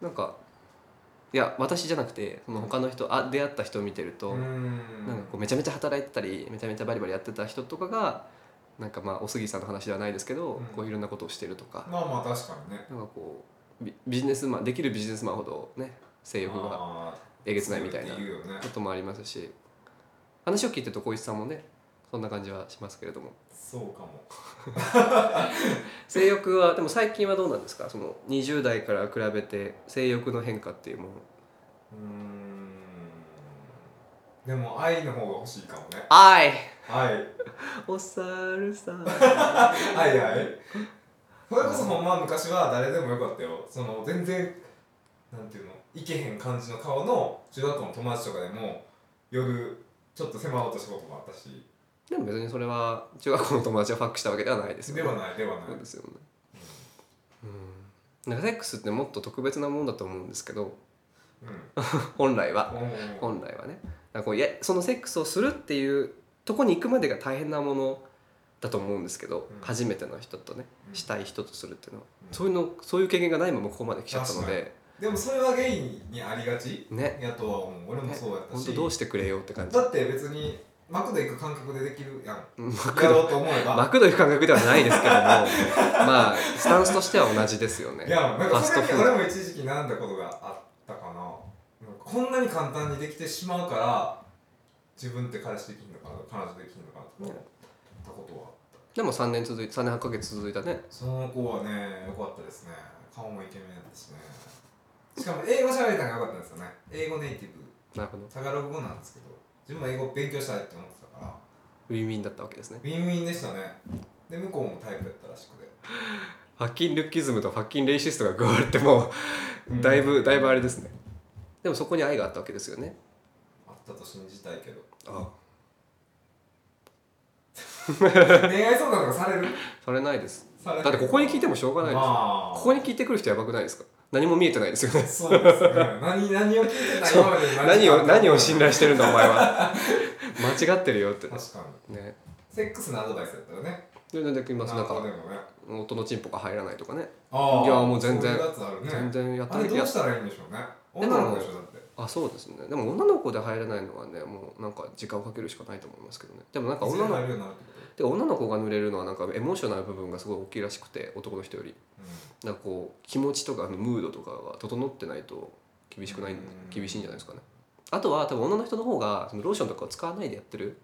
Speaker 1: なんかいや私じゃなくてその他の人あ出会った人を見てると、
Speaker 2: うーん
Speaker 1: なんかこうめちゃめちゃ働いてたりめちゃめちゃバリバリやってた人とかがなんかまあお杉さんの話ではないですけど、
Speaker 2: うん
Speaker 1: こういろんなことをしてるとか、
Speaker 2: まあまあ確かにね
Speaker 1: なんかこうビビジネスマンできるビジネスマンほどね性欲が
Speaker 2: あー
Speaker 1: えげつないみたいな
Speaker 2: 強って言うよね
Speaker 1: こともありますし話を聞いてると小石さんもねそんな感じはしますけれども
Speaker 2: そうかも
Speaker 1: 性欲はでも最近はどうなんですかその20代から比べて性欲の変化っていうもの
Speaker 2: うーんでも愛の方が欲しいかもね
Speaker 1: あい
Speaker 2: 愛
Speaker 1: お猿さん [LAUGHS]
Speaker 2: はいはい。それこそほんま昔は誰でもよかったよ。その全然、なんていうの、いけへん感じの顔の中学校の友達とかでも、夜、ちょっと迫ろうとしたこともあったし、
Speaker 1: でも別にそれは中学校の友達がファックしたわけではないですよ
Speaker 2: で
Speaker 1: ね
Speaker 2: はない、ではない
Speaker 1: そう。ですよね。うん。なんかセックスってもっと特別なもんだと思うんですけど、
Speaker 2: う
Speaker 1: 本来は
Speaker 2: ん。うん
Speaker 1: 本来はね。なんかこういやそのセックスをするっていうとこに行くまでが大変なものだと思うんですけど、
Speaker 2: うん
Speaker 1: 初めての人とね、
Speaker 2: うん
Speaker 1: したい人とするっていうのは、
Speaker 2: うん
Speaker 1: そういうのそういう経験がないままここまで来ちゃったので、
Speaker 2: でもそれはゲイにありがち
Speaker 1: ね。
Speaker 2: やとは思う。俺もそうやった
Speaker 1: 本
Speaker 2: し。
Speaker 1: 当どうしてくれよって感じ。
Speaker 2: だって別に、マクド行く感覚でできるやん。
Speaker 1: うん
Speaker 2: やろうと思えば。
Speaker 1: マクド行く感覚ではないですけ
Speaker 2: [LAUGHS]
Speaker 1: ども、まあスタンスとしては同じですよね。
Speaker 2: いや、なん
Speaker 1: ファ
Speaker 2: か
Speaker 1: ス
Speaker 2: そ
Speaker 1: ト
Speaker 2: れに
Speaker 1: フー
Speaker 2: 俺
Speaker 1: ド。
Speaker 2: も一時期悩んだことがあったかな。なんかこんなに簡単にできてしまうから、自分って彼氏できんのかな、彼女できんのかなとか思ったことは。
Speaker 1: でも3年続い3年8ヶ月続いたね。
Speaker 2: その子はね、良かったですね。顔もイケメンだったしね。しかも英語喋れたのが良かったんですよね。英語ネイティブ、
Speaker 1: なるほど。
Speaker 2: タガログ語なんですけど、自分も英語勉強したいって思ってたから、
Speaker 1: ウィンウィンだったわけですね。
Speaker 2: ウィンウィンでしたね。で、向こうもタイプやったらしくて。
Speaker 1: ファッキンルッキズムとファッキンレイシストが加わるってもうだいぶ、だいぶあれですねでもそこに愛があったわけですよね
Speaker 2: あったと信じたいけど。
Speaker 1: あ
Speaker 2: 恋愛相談とかされる
Speaker 1: それないです
Speaker 2: されへん
Speaker 1: だってここに聞いてもしょうがないです、
Speaker 2: まあ、
Speaker 1: ここに聞いてくる人やばくないですか何も見えてないです
Speaker 2: [LAUGHS]
Speaker 1: よね
Speaker 2: そうですね。何何を聞いてた
Speaker 1: そう
Speaker 2: 今まで
Speaker 1: 何を何を信
Speaker 2: る
Speaker 1: 頼してるんだお前は [LAUGHS] 間違ってるよって
Speaker 2: 確かに。
Speaker 1: ね
Speaker 2: セックスのアドバイスだったよね。
Speaker 1: でなんで今なん
Speaker 2: あでも
Speaker 1: か
Speaker 2: ね。
Speaker 1: 音のチンポが入らないとかね
Speaker 2: ああ。
Speaker 1: いやもう全然
Speaker 2: そういうやつあるね。
Speaker 1: 全然やった
Speaker 2: あれど
Speaker 1: や
Speaker 2: うしたらいいんでしょうね。
Speaker 1: でも
Speaker 2: 女の子でしょだって。
Speaker 1: あそうですねでも女の子で入らないのはねもうなんか時間をかけるしかないと思いますけどねでもなんか女の
Speaker 2: いずれ入るようになるってこ
Speaker 1: で女の子が濡れるのはなんかエモーショナル部分がすごい大きいらしくて男の人よりなんかこう気持ちとかあのムードとかが整ってないと厳しくない
Speaker 2: うん
Speaker 1: 厳しいんじゃないですかねあとは多分女の人の方がそのローションとかを使わないでやってる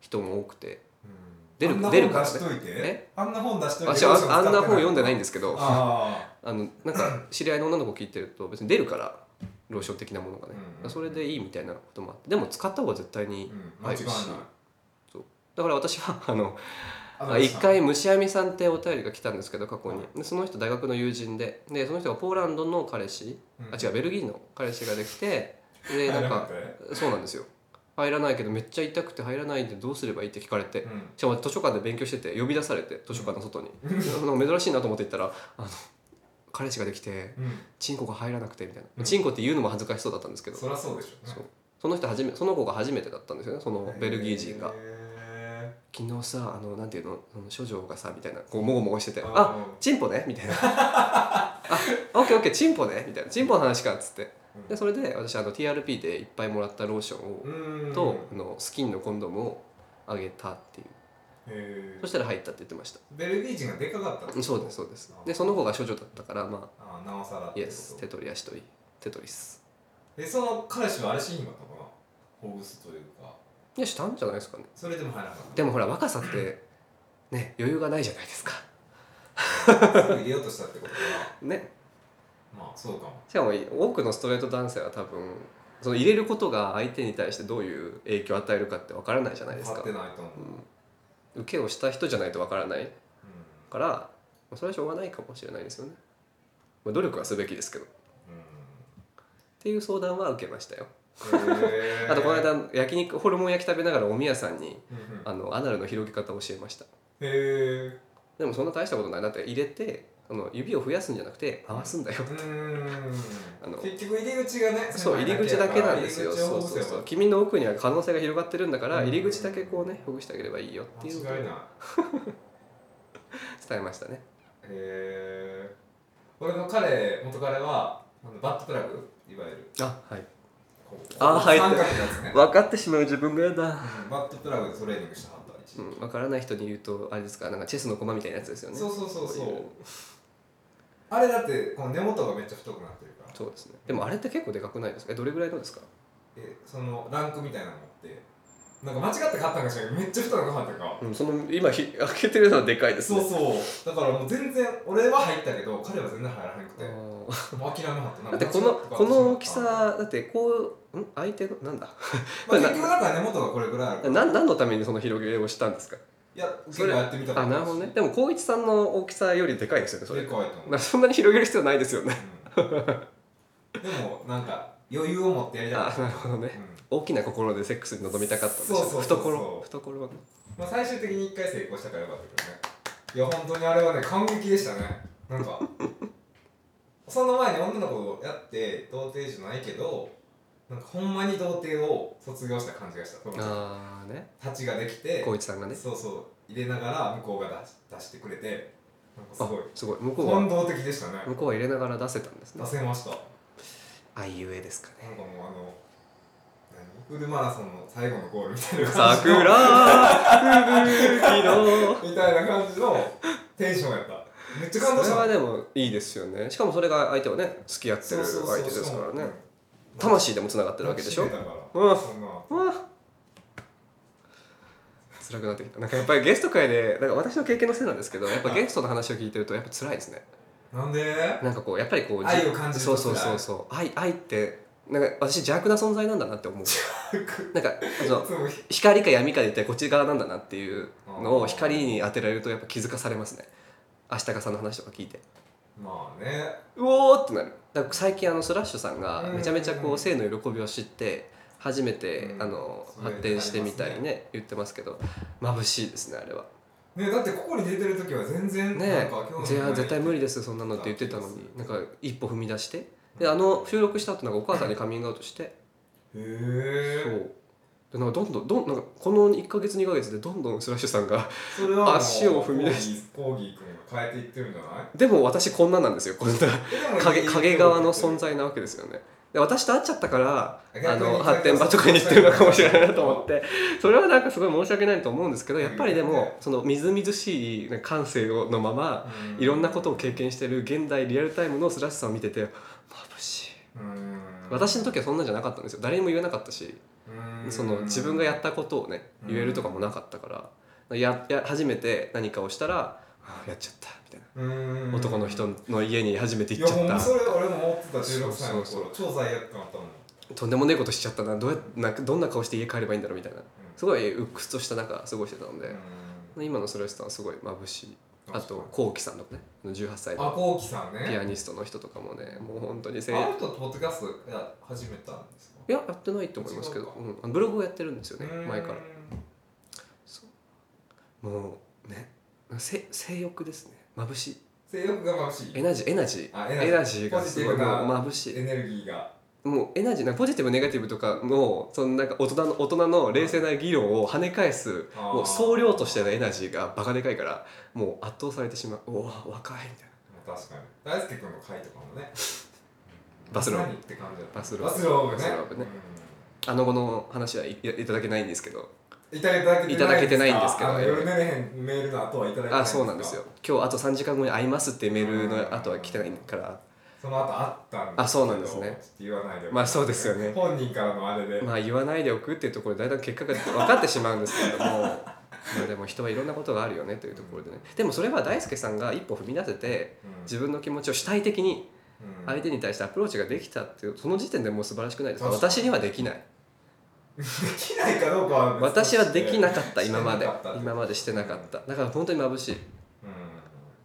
Speaker 1: 人も多くて出る
Speaker 2: あんな
Speaker 1: 出る
Speaker 2: 本
Speaker 1: から
Speaker 2: 出
Speaker 1: ね
Speaker 2: しといて
Speaker 1: え
Speaker 2: あんな本出しといて
Speaker 1: 私はああんな本読んでないいんですけど
Speaker 2: あ
Speaker 1: あのなんか知り合いの女の子聞いてると別に出るからローション的なものがね
Speaker 2: うんうん
Speaker 1: それでいいみたいなこともあってでも使った方が絶対
Speaker 2: あ、
Speaker 1: に
Speaker 2: うん、間違いない
Speaker 1: だから私はあの
Speaker 2: あ
Speaker 1: あ一回虫網さんってお便りが来たんですけど過去にでその人大学の友人ででその人がポーランドの彼氏あ違うベルギーの彼氏ができてでなんかそうなんですよ入らないけどめっちゃ痛くて入らないんでどうすればいいって聞かれて
Speaker 2: うん
Speaker 1: しかも図書館で勉強してて呼び出されて図書館の外になんか珍しいなと思って行ったらあの彼氏ができて
Speaker 2: うん、
Speaker 1: チンコが入らなくてみたいな、
Speaker 2: うん
Speaker 1: チンコって言うのも恥ずかしそうだったんですけど
Speaker 2: そりゃそうでしょうね
Speaker 1: そうその人初めその子が初めてだったんですよねそのベルギー人が
Speaker 2: へ
Speaker 1: 「昨日さあのなんていうのその処女がさ」みたいなこうもごもごしてて「
Speaker 2: ー
Speaker 1: あチンポね」み
Speaker 2: [LAUGHS]
Speaker 1: たいな「あオッケーオッケーチンポね」みたいな「チンポの話か」っつって
Speaker 2: うん
Speaker 1: でそれで私あの TRP でいっぱいもらったローションを
Speaker 2: うん
Speaker 1: とあのスキンのコンドームをあげたっていう
Speaker 2: へー
Speaker 1: そしたら入ったって言ってました
Speaker 2: ベルギー人がでかかった
Speaker 1: うんそうですそうですでその子が処女だったからま
Speaker 2: ああなおさらっ
Speaker 1: あイ
Speaker 2: て
Speaker 1: エ
Speaker 2: こ
Speaker 1: ス
Speaker 2: と
Speaker 1: テトリアシトリテトリス
Speaker 2: えその彼氏はあれしにだったのかなほぐすというか
Speaker 1: いやしたんじゃないですかね
Speaker 2: それでも入らなかった
Speaker 1: でもほら若さってね余裕がないじゃないですか
Speaker 2: すぐ入れようとしたってことは
Speaker 1: ね
Speaker 2: まあそうかも
Speaker 1: しかも多くのストレート男性は多分その入れることが相手に対してどういう影響を与えるかってわからないじゃないです
Speaker 2: 分か
Speaker 1: か
Speaker 2: っ、てないと思う、
Speaker 1: うん、受けをした人じゃないとわからない
Speaker 2: うん
Speaker 1: からまあそれはしょうがないかもしれないですよね、まあ、努力はすべきですけどっていう相談は受けましたよ
Speaker 2: うんへー
Speaker 1: あとこの間焼肉ホルモン焼き食べながらおみやさんに
Speaker 2: うんうん
Speaker 1: あのアナルの広げ方を教えました
Speaker 2: へえ
Speaker 1: でもそんな大したことないだって入れてあの指を増やすんじゃなくて回すんだよ
Speaker 2: うーん
Speaker 1: あの
Speaker 2: 結局入り口がね
Speaker 1: そう
Speaker 2: 狭い
Speaker 1: 入り口だけなんですよ
Speaker 2: 入り口
Speaker 1: そ
Speaker 2: を
Speaker 1: う
Speaker 2: ほぐ
Speaker 1: そ
Speaker 2: せ
Speaker 1: う
Speaker 2: ば
Speaker 1: そう君の奥には可能性が広がってるんだから
Speaker 2: うん
Speaker 1: 入り口だけこうねほぐしてあげればいいよっていうことを
Speaker 2: 間違いない
Speaker 1: 伝えましたね
Speaker 2: へえ俺の彼元彼はあのバットプラグいわゆる
Speaker 1: あはい
Speaker 2: こう
Speaker 1: あー入って
Speaker 2: 三角のやつね
Speaker 1: 分かってしまう自分が嫌だ
Speaker 2: うんバットプラグでトレーニングしてはった一時
Speaker 1: うん、分からない人に言うとあれですかなんかチェスの駒みたいなやつですよね
Speaker 2: そうそうそうそう
Speaker 1: こい
Speaker 2: あれだってこの根元がめっちゃ太くなってるから
Speaker 1: そうですねでもあれって結構でかくないですかえどれぐらいのですか
Speaker 2: えそのランクみたいなの持ってなんか間違って買ったんかしらんけどめっちゃ太く買ったんか
Speaker 1: うんその今ひ開けてるのはでかいです
Speaker 2: そう
Speaker 1: ね
Speaker 2: そうだからもう全然俺は入ったけど彼は全然入らなくて
Speaker 1: あー
Speaker 2: もう諦めはった
Speaker 1: だってこのこの大きさだってこうん相手のなんだ
Speaker 2: まあ、結局だから根元がこれぐらいあるから
Speaker 1: なん何のためにその広げをしたんですか
Speaker 2: いや結構やってみた
Speaker 1: あなるほどねでも光一さんの大きさよりでかいですよねそ
Speaker 2: そ
Speaker 1: れ
Speaker 2: れ怖いと思う
Speaker 1: なそんなに広げる必要ないですよね [LAUGHS]
Speaker 2: うんでもなんか余裕を持ってやりたい
Speaker 1: あなるほどね大きな心でセックスに臨みたかったんでしょ
Speaker 2: そうそうそうそう
Speaker 1: 懐懐はね
Speaker 2: まあ、最終的に一回成功したからよかったけどねいや本当にあれはね感激でしたねなんか [LAUGHS] その前に女の子をやって童貞じゃないけどなんかほんまに童貞を卒業した感じがしたその
Speaker 1: ああね
Speaker 2: 立ちができて
Speaker 1: 光一さんがね
Speaker 2: そうそう入れながら向こうが出し出してくれてなんかす
Speaker 1: あ
Speaker 2: ごい
Speaker 1: すごい向こう
Speaker 2: 本
Speaker 1: は
Speaker 2: 動的でしたね
Speaker 1: 向こうは入れながら出せたんですね
Speaker 2: 出せました
Speaker 1: あいうえですか
Speaker 2: なん
Speaker 1: ね
Speaker 2: かもうあの何フルマラソンの最後のゴールみたいな感じの
Speaker 1: 桜吹雪の
Speaker 2: みたいな感じのテンションやっためっちゃ感動し
Speaker 1: それ
Speaker 2: た
Speaker 1: はでもいいですよねしかもそれが相手はね付き合ってる相手ですからね魂でもつながってるわけでしょ
Speaker 2: だから
Speaker 1: うん
Speaker 2: そんな
Speaker 1: わあ辛くなってきたなんかやっぱりゲスト会でなんか私の経験のせいなんですけどやっぱゲストの話を聞いてるとやっぱ辛いですね
Speaker 2: なんで [LAUGHS]
Speaker 1: なんかこうやっぱりこうじ
Speaker 2: 愛を感じる
Speaker 1: そ
Speaker 2: と
Speaker 1: う
Speaker 2: 辛
Speaker 1: そ
Speaker 2: いう
Speaker 1: そうそう愛愛ってなんか私邪悪な存在なんだなって思うなんかその
Speaker 2: そう
Speaker 1: 光か闇かで言ったらこっち側なんだなっていうの
Speaker 2: あ
Speaker 1: を
Speaker 2: ー
Speaker 1: 光に当てられるとやっぱ気づかされますね明日かさんの話とか聞いて
Speaker 2: まあね
Speaker 1: うおーってなるだから最近あのスラッシュさんが
Speaker 2: うん
Speaker 1: めちゃめちゃこう性の喜びを知って初めて
Speaker 2: うん
Speaker 1: あの
Speaker 2: そういうの
Speaker 1: 発展してみたいね言ってますけど眩しいですねあれは
Speaker 2: ねだってここに出てる時は全然
Speaker 1: ね
Speaker 2: なん
Speaker 1: え
Speaker 2: か興味
Speaker 1: 絶
Speaker 2: ない
Speaker 1: 対絶対無理ですそんなのって言ってたのになんか一歩踏み出してで
Speaker 2: うん
Speaker 1: あの収録した後なんかお母さんにカミングアウトして
Speaker 2: へ
Speaker 1: そ
Speaker 2: え
Speaker 1: うでなんかどんどんどんなんかこの1か月2か月でどんどんスラッシュさんが [LAUGHS]
Speaker 2: それはもう
Speaker 1: 足を踏み出し
Speaker 2: コーギーコーギー君が変えていってるんじゃない
Speaker 1: でも私こんなんなんですよこんな
Speaker 2: えでも
Speaker 1: 影影側の存
Speaker 2: 在
Speaker 1: 在なわけですよねで私と会っちゃったからあ
Speaker 2: 逆に
Speaker 1: の発展場とかに行ってるのかもしれないなと思って [LAUGHS] それはなんかすごい申し訳ないと思うんですけどやっぱりでもそのみずみずしい感性をのままいろんなことを経験してる現代リアルタイムのスラッシュさんを見てて眩しい
Speaker 2: うん
Speaker 1: 私の時はそんなんじゃなかったんですよ誰にも言えなかったし
Speaker 2: うん
Speaker 1: その自分がやったことをね言えるとかもなかったからやや初めて何かをしたら「あやっちゃった」みたいな、
Speaker 2: うん
Speaker 1: 男の人の家に初めて
Speaker 2: い
Speaker 1: 行っ
Speaker 2: や
Speaker 1: ちゃ
Speaker 2: ほ
Speaker 1: っ
Speaker 2: ん
Speaker 1: た
Speaker 2: まそれ俺も思ってた16歳の
Speaker 1: そう
Speaker 2: 頃超罪悪感あったもん
Speaker 1: とんでもねえことしちゃったなどうやなんかどんな顔して家帰ればいいんだろうみたいなすごいうっくとした中過ごしてたので、今のスライスさんはすごい眩しい
Speaker 2: うん
Speaker 1: あとこうきさんとかね18歳
Speaker 2: あ
Speaker 1: の
Speaker 2: こうきさんね
Speaker 1: ピアニストの人とかもねもう本当にせい
Speaker 2: あの人ポッドキャストや始めたんですか
Speaker 1: いややってないと思いますけ
Speaker 2: 違う
Speaker 1: ど
Speaker 2: か、
Speaker 1: うん、ブログをやってるんですよね
Speaker 2: うん
Speaker 1: 前からそうもうねせ性欲ですね眩しい
Speaker 2: 性欲が眩しい
Speaker 1: エナジーエナジー
Speaker 2: あエナジー
Speaker 1: エナジーがすごい
Speaker 2: ポジティブ
Speaker 1: もう
Speaker 2: な
Speaker 1: 眩し
Speaker 2: エネルギーが
Speaker 1: いもうエナジーなんかポジティブネガティブとかのそのなんか大人の大人の冷静な議論を跳ね返す
Speaker 2: あー
Speaker 1: もう総量としてのエナジーがバカでかいからもう圧倒されてしまうおお若いみたい
Speaker 2: 確かに大輔君の回とかもね
Speaker 1: バスロー
Speaker 2: 何って感じだった
Speaker 1: バスロー
Speaker 2: バスローブ
Speaker 1: バス
Speaker 2: ね
Speaker 1: ローブねなあの後の話はいいいただけないんですけど
Speaker 2: うんいただけ
Speaker 1: いただけてないんですけど
Speaker 2: あの夜寝れへんメールの後はいただけてない
Speaker 1: あそうなんですよ今日あと3時間後に会いますっていうメールの後は来てないから
Speaker 2: その後あったんですけど
Speaker 1: あそうなんですね
Speaker 2: ちょっと言わないで
Speaker 1: まあそうですよね
Speaker 2: 本人からのあれで、
Speaker 1: まあ言わないでおくっていうところでだいたい結果が分かってしまうんですけれどもまあでも人はいろんなことがあるよねというところでねでもそれは大輔さんが一歩踏み出せて
Speaker 2: うん
Speaker 1: 自分の気持ちを主体的に
Speaker 2: うん
Speaker 1: 相手に対してアプローチができたっていうその時点でもう素晴らしくないですか
Speaker 2: 確かに
Speaker 1: 私にはできない
Speaker 2: できないかどうかは別とし
Speaker 1: 私
Speaker 2: て
Speaker 1: はできなかった今まで
Speaker 2: してなかったってこと
Speaker 1: 今までしてなかっただから本当に眩しい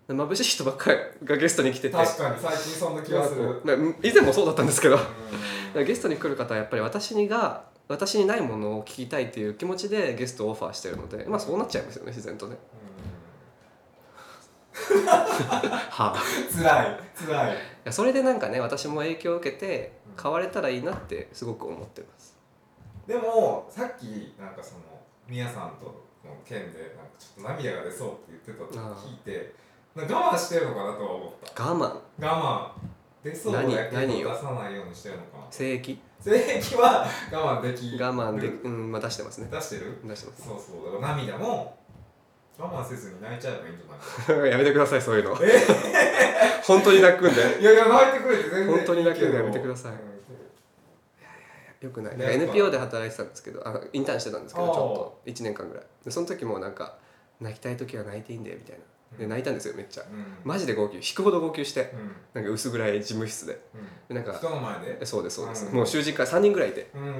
Speaker 2: うん
Speaker 1: 眩しい人ばっかりがゲストに来てて
Speaker 2: 確かに最近そんな気がする、
Speaker 1: まあ以前もそうだったんですけど
Speaker 2: うん
Speaker 1: ゲストに来る方はやっぱり私にが私にないものを聞きたいっていう気持ちでゲストをオファーしてるのでまあそうなっちゃいますよね自然とねはあ、
Speaker 2: うん辛い辛い
Speaker 1: いやそれでなんかね私も影響を受けて買われたらいいなってすごく思ってます
Speaker 2: でもさっきなんかそのみやさんとの件でなんかちょっと涙が出そうって言ってたのを聞いてなんか我慢してるのかなとは思っ
Speaker 1: 我
Speaker 2: た我慢出そうだけど
Speaker 1: 何
Speaker 2: 出
Speaker 1: 何を
Speaker 2: さないようにしてるのかな
Speaker 1: 慢性域
Speaker 2: 性癖は我慢できる
Speaker 1: 我慢でうんまあ出してますね
Speaker 2: 出してる
Speaker 1: 出してます [LAUGHS]
Speaker 2: そうそうだから涙も我慢せずに泣いちゃえばいいんじゃないか
Speaker 1: やめてくださいそういうの [LAUGHS] 本当に泣くんで
Speaker 2: いやいや泣いてくれて全然いいけど
Speaker 1: 本当に泣くのやめてください
Speaker 2: うん
Speaker 1: よくない
Speaker 2: ね
Speaker 1: なんか NPO で働いてたんですけどあインターンしてたんですけどち
Speaker 2: あ
Speaker 1: ょ
Speaker 2: あ
Speaker 1: っと1年間ぐらいでその時もなんか泣きたい時は泣いていいんだよみたいなで泣いたんですよめっちゃ
Speaker 2: うん
Speaker 1: マジで号泣引くほど号泣して
Speaker 2: うん
Speaker 1: なんか薄暗い事務室で
Speaker 2: う
Speaker 1: でなん
Speaker 2: ん
Speaker 1: か
Speaker 2: 人の前で
Speaker 1: そうですそうです、
Speaker 2: うん
Speaker 1: もう囚人から3人ぐらいいて
Speaker 2: うんうん
Speaker 1: もう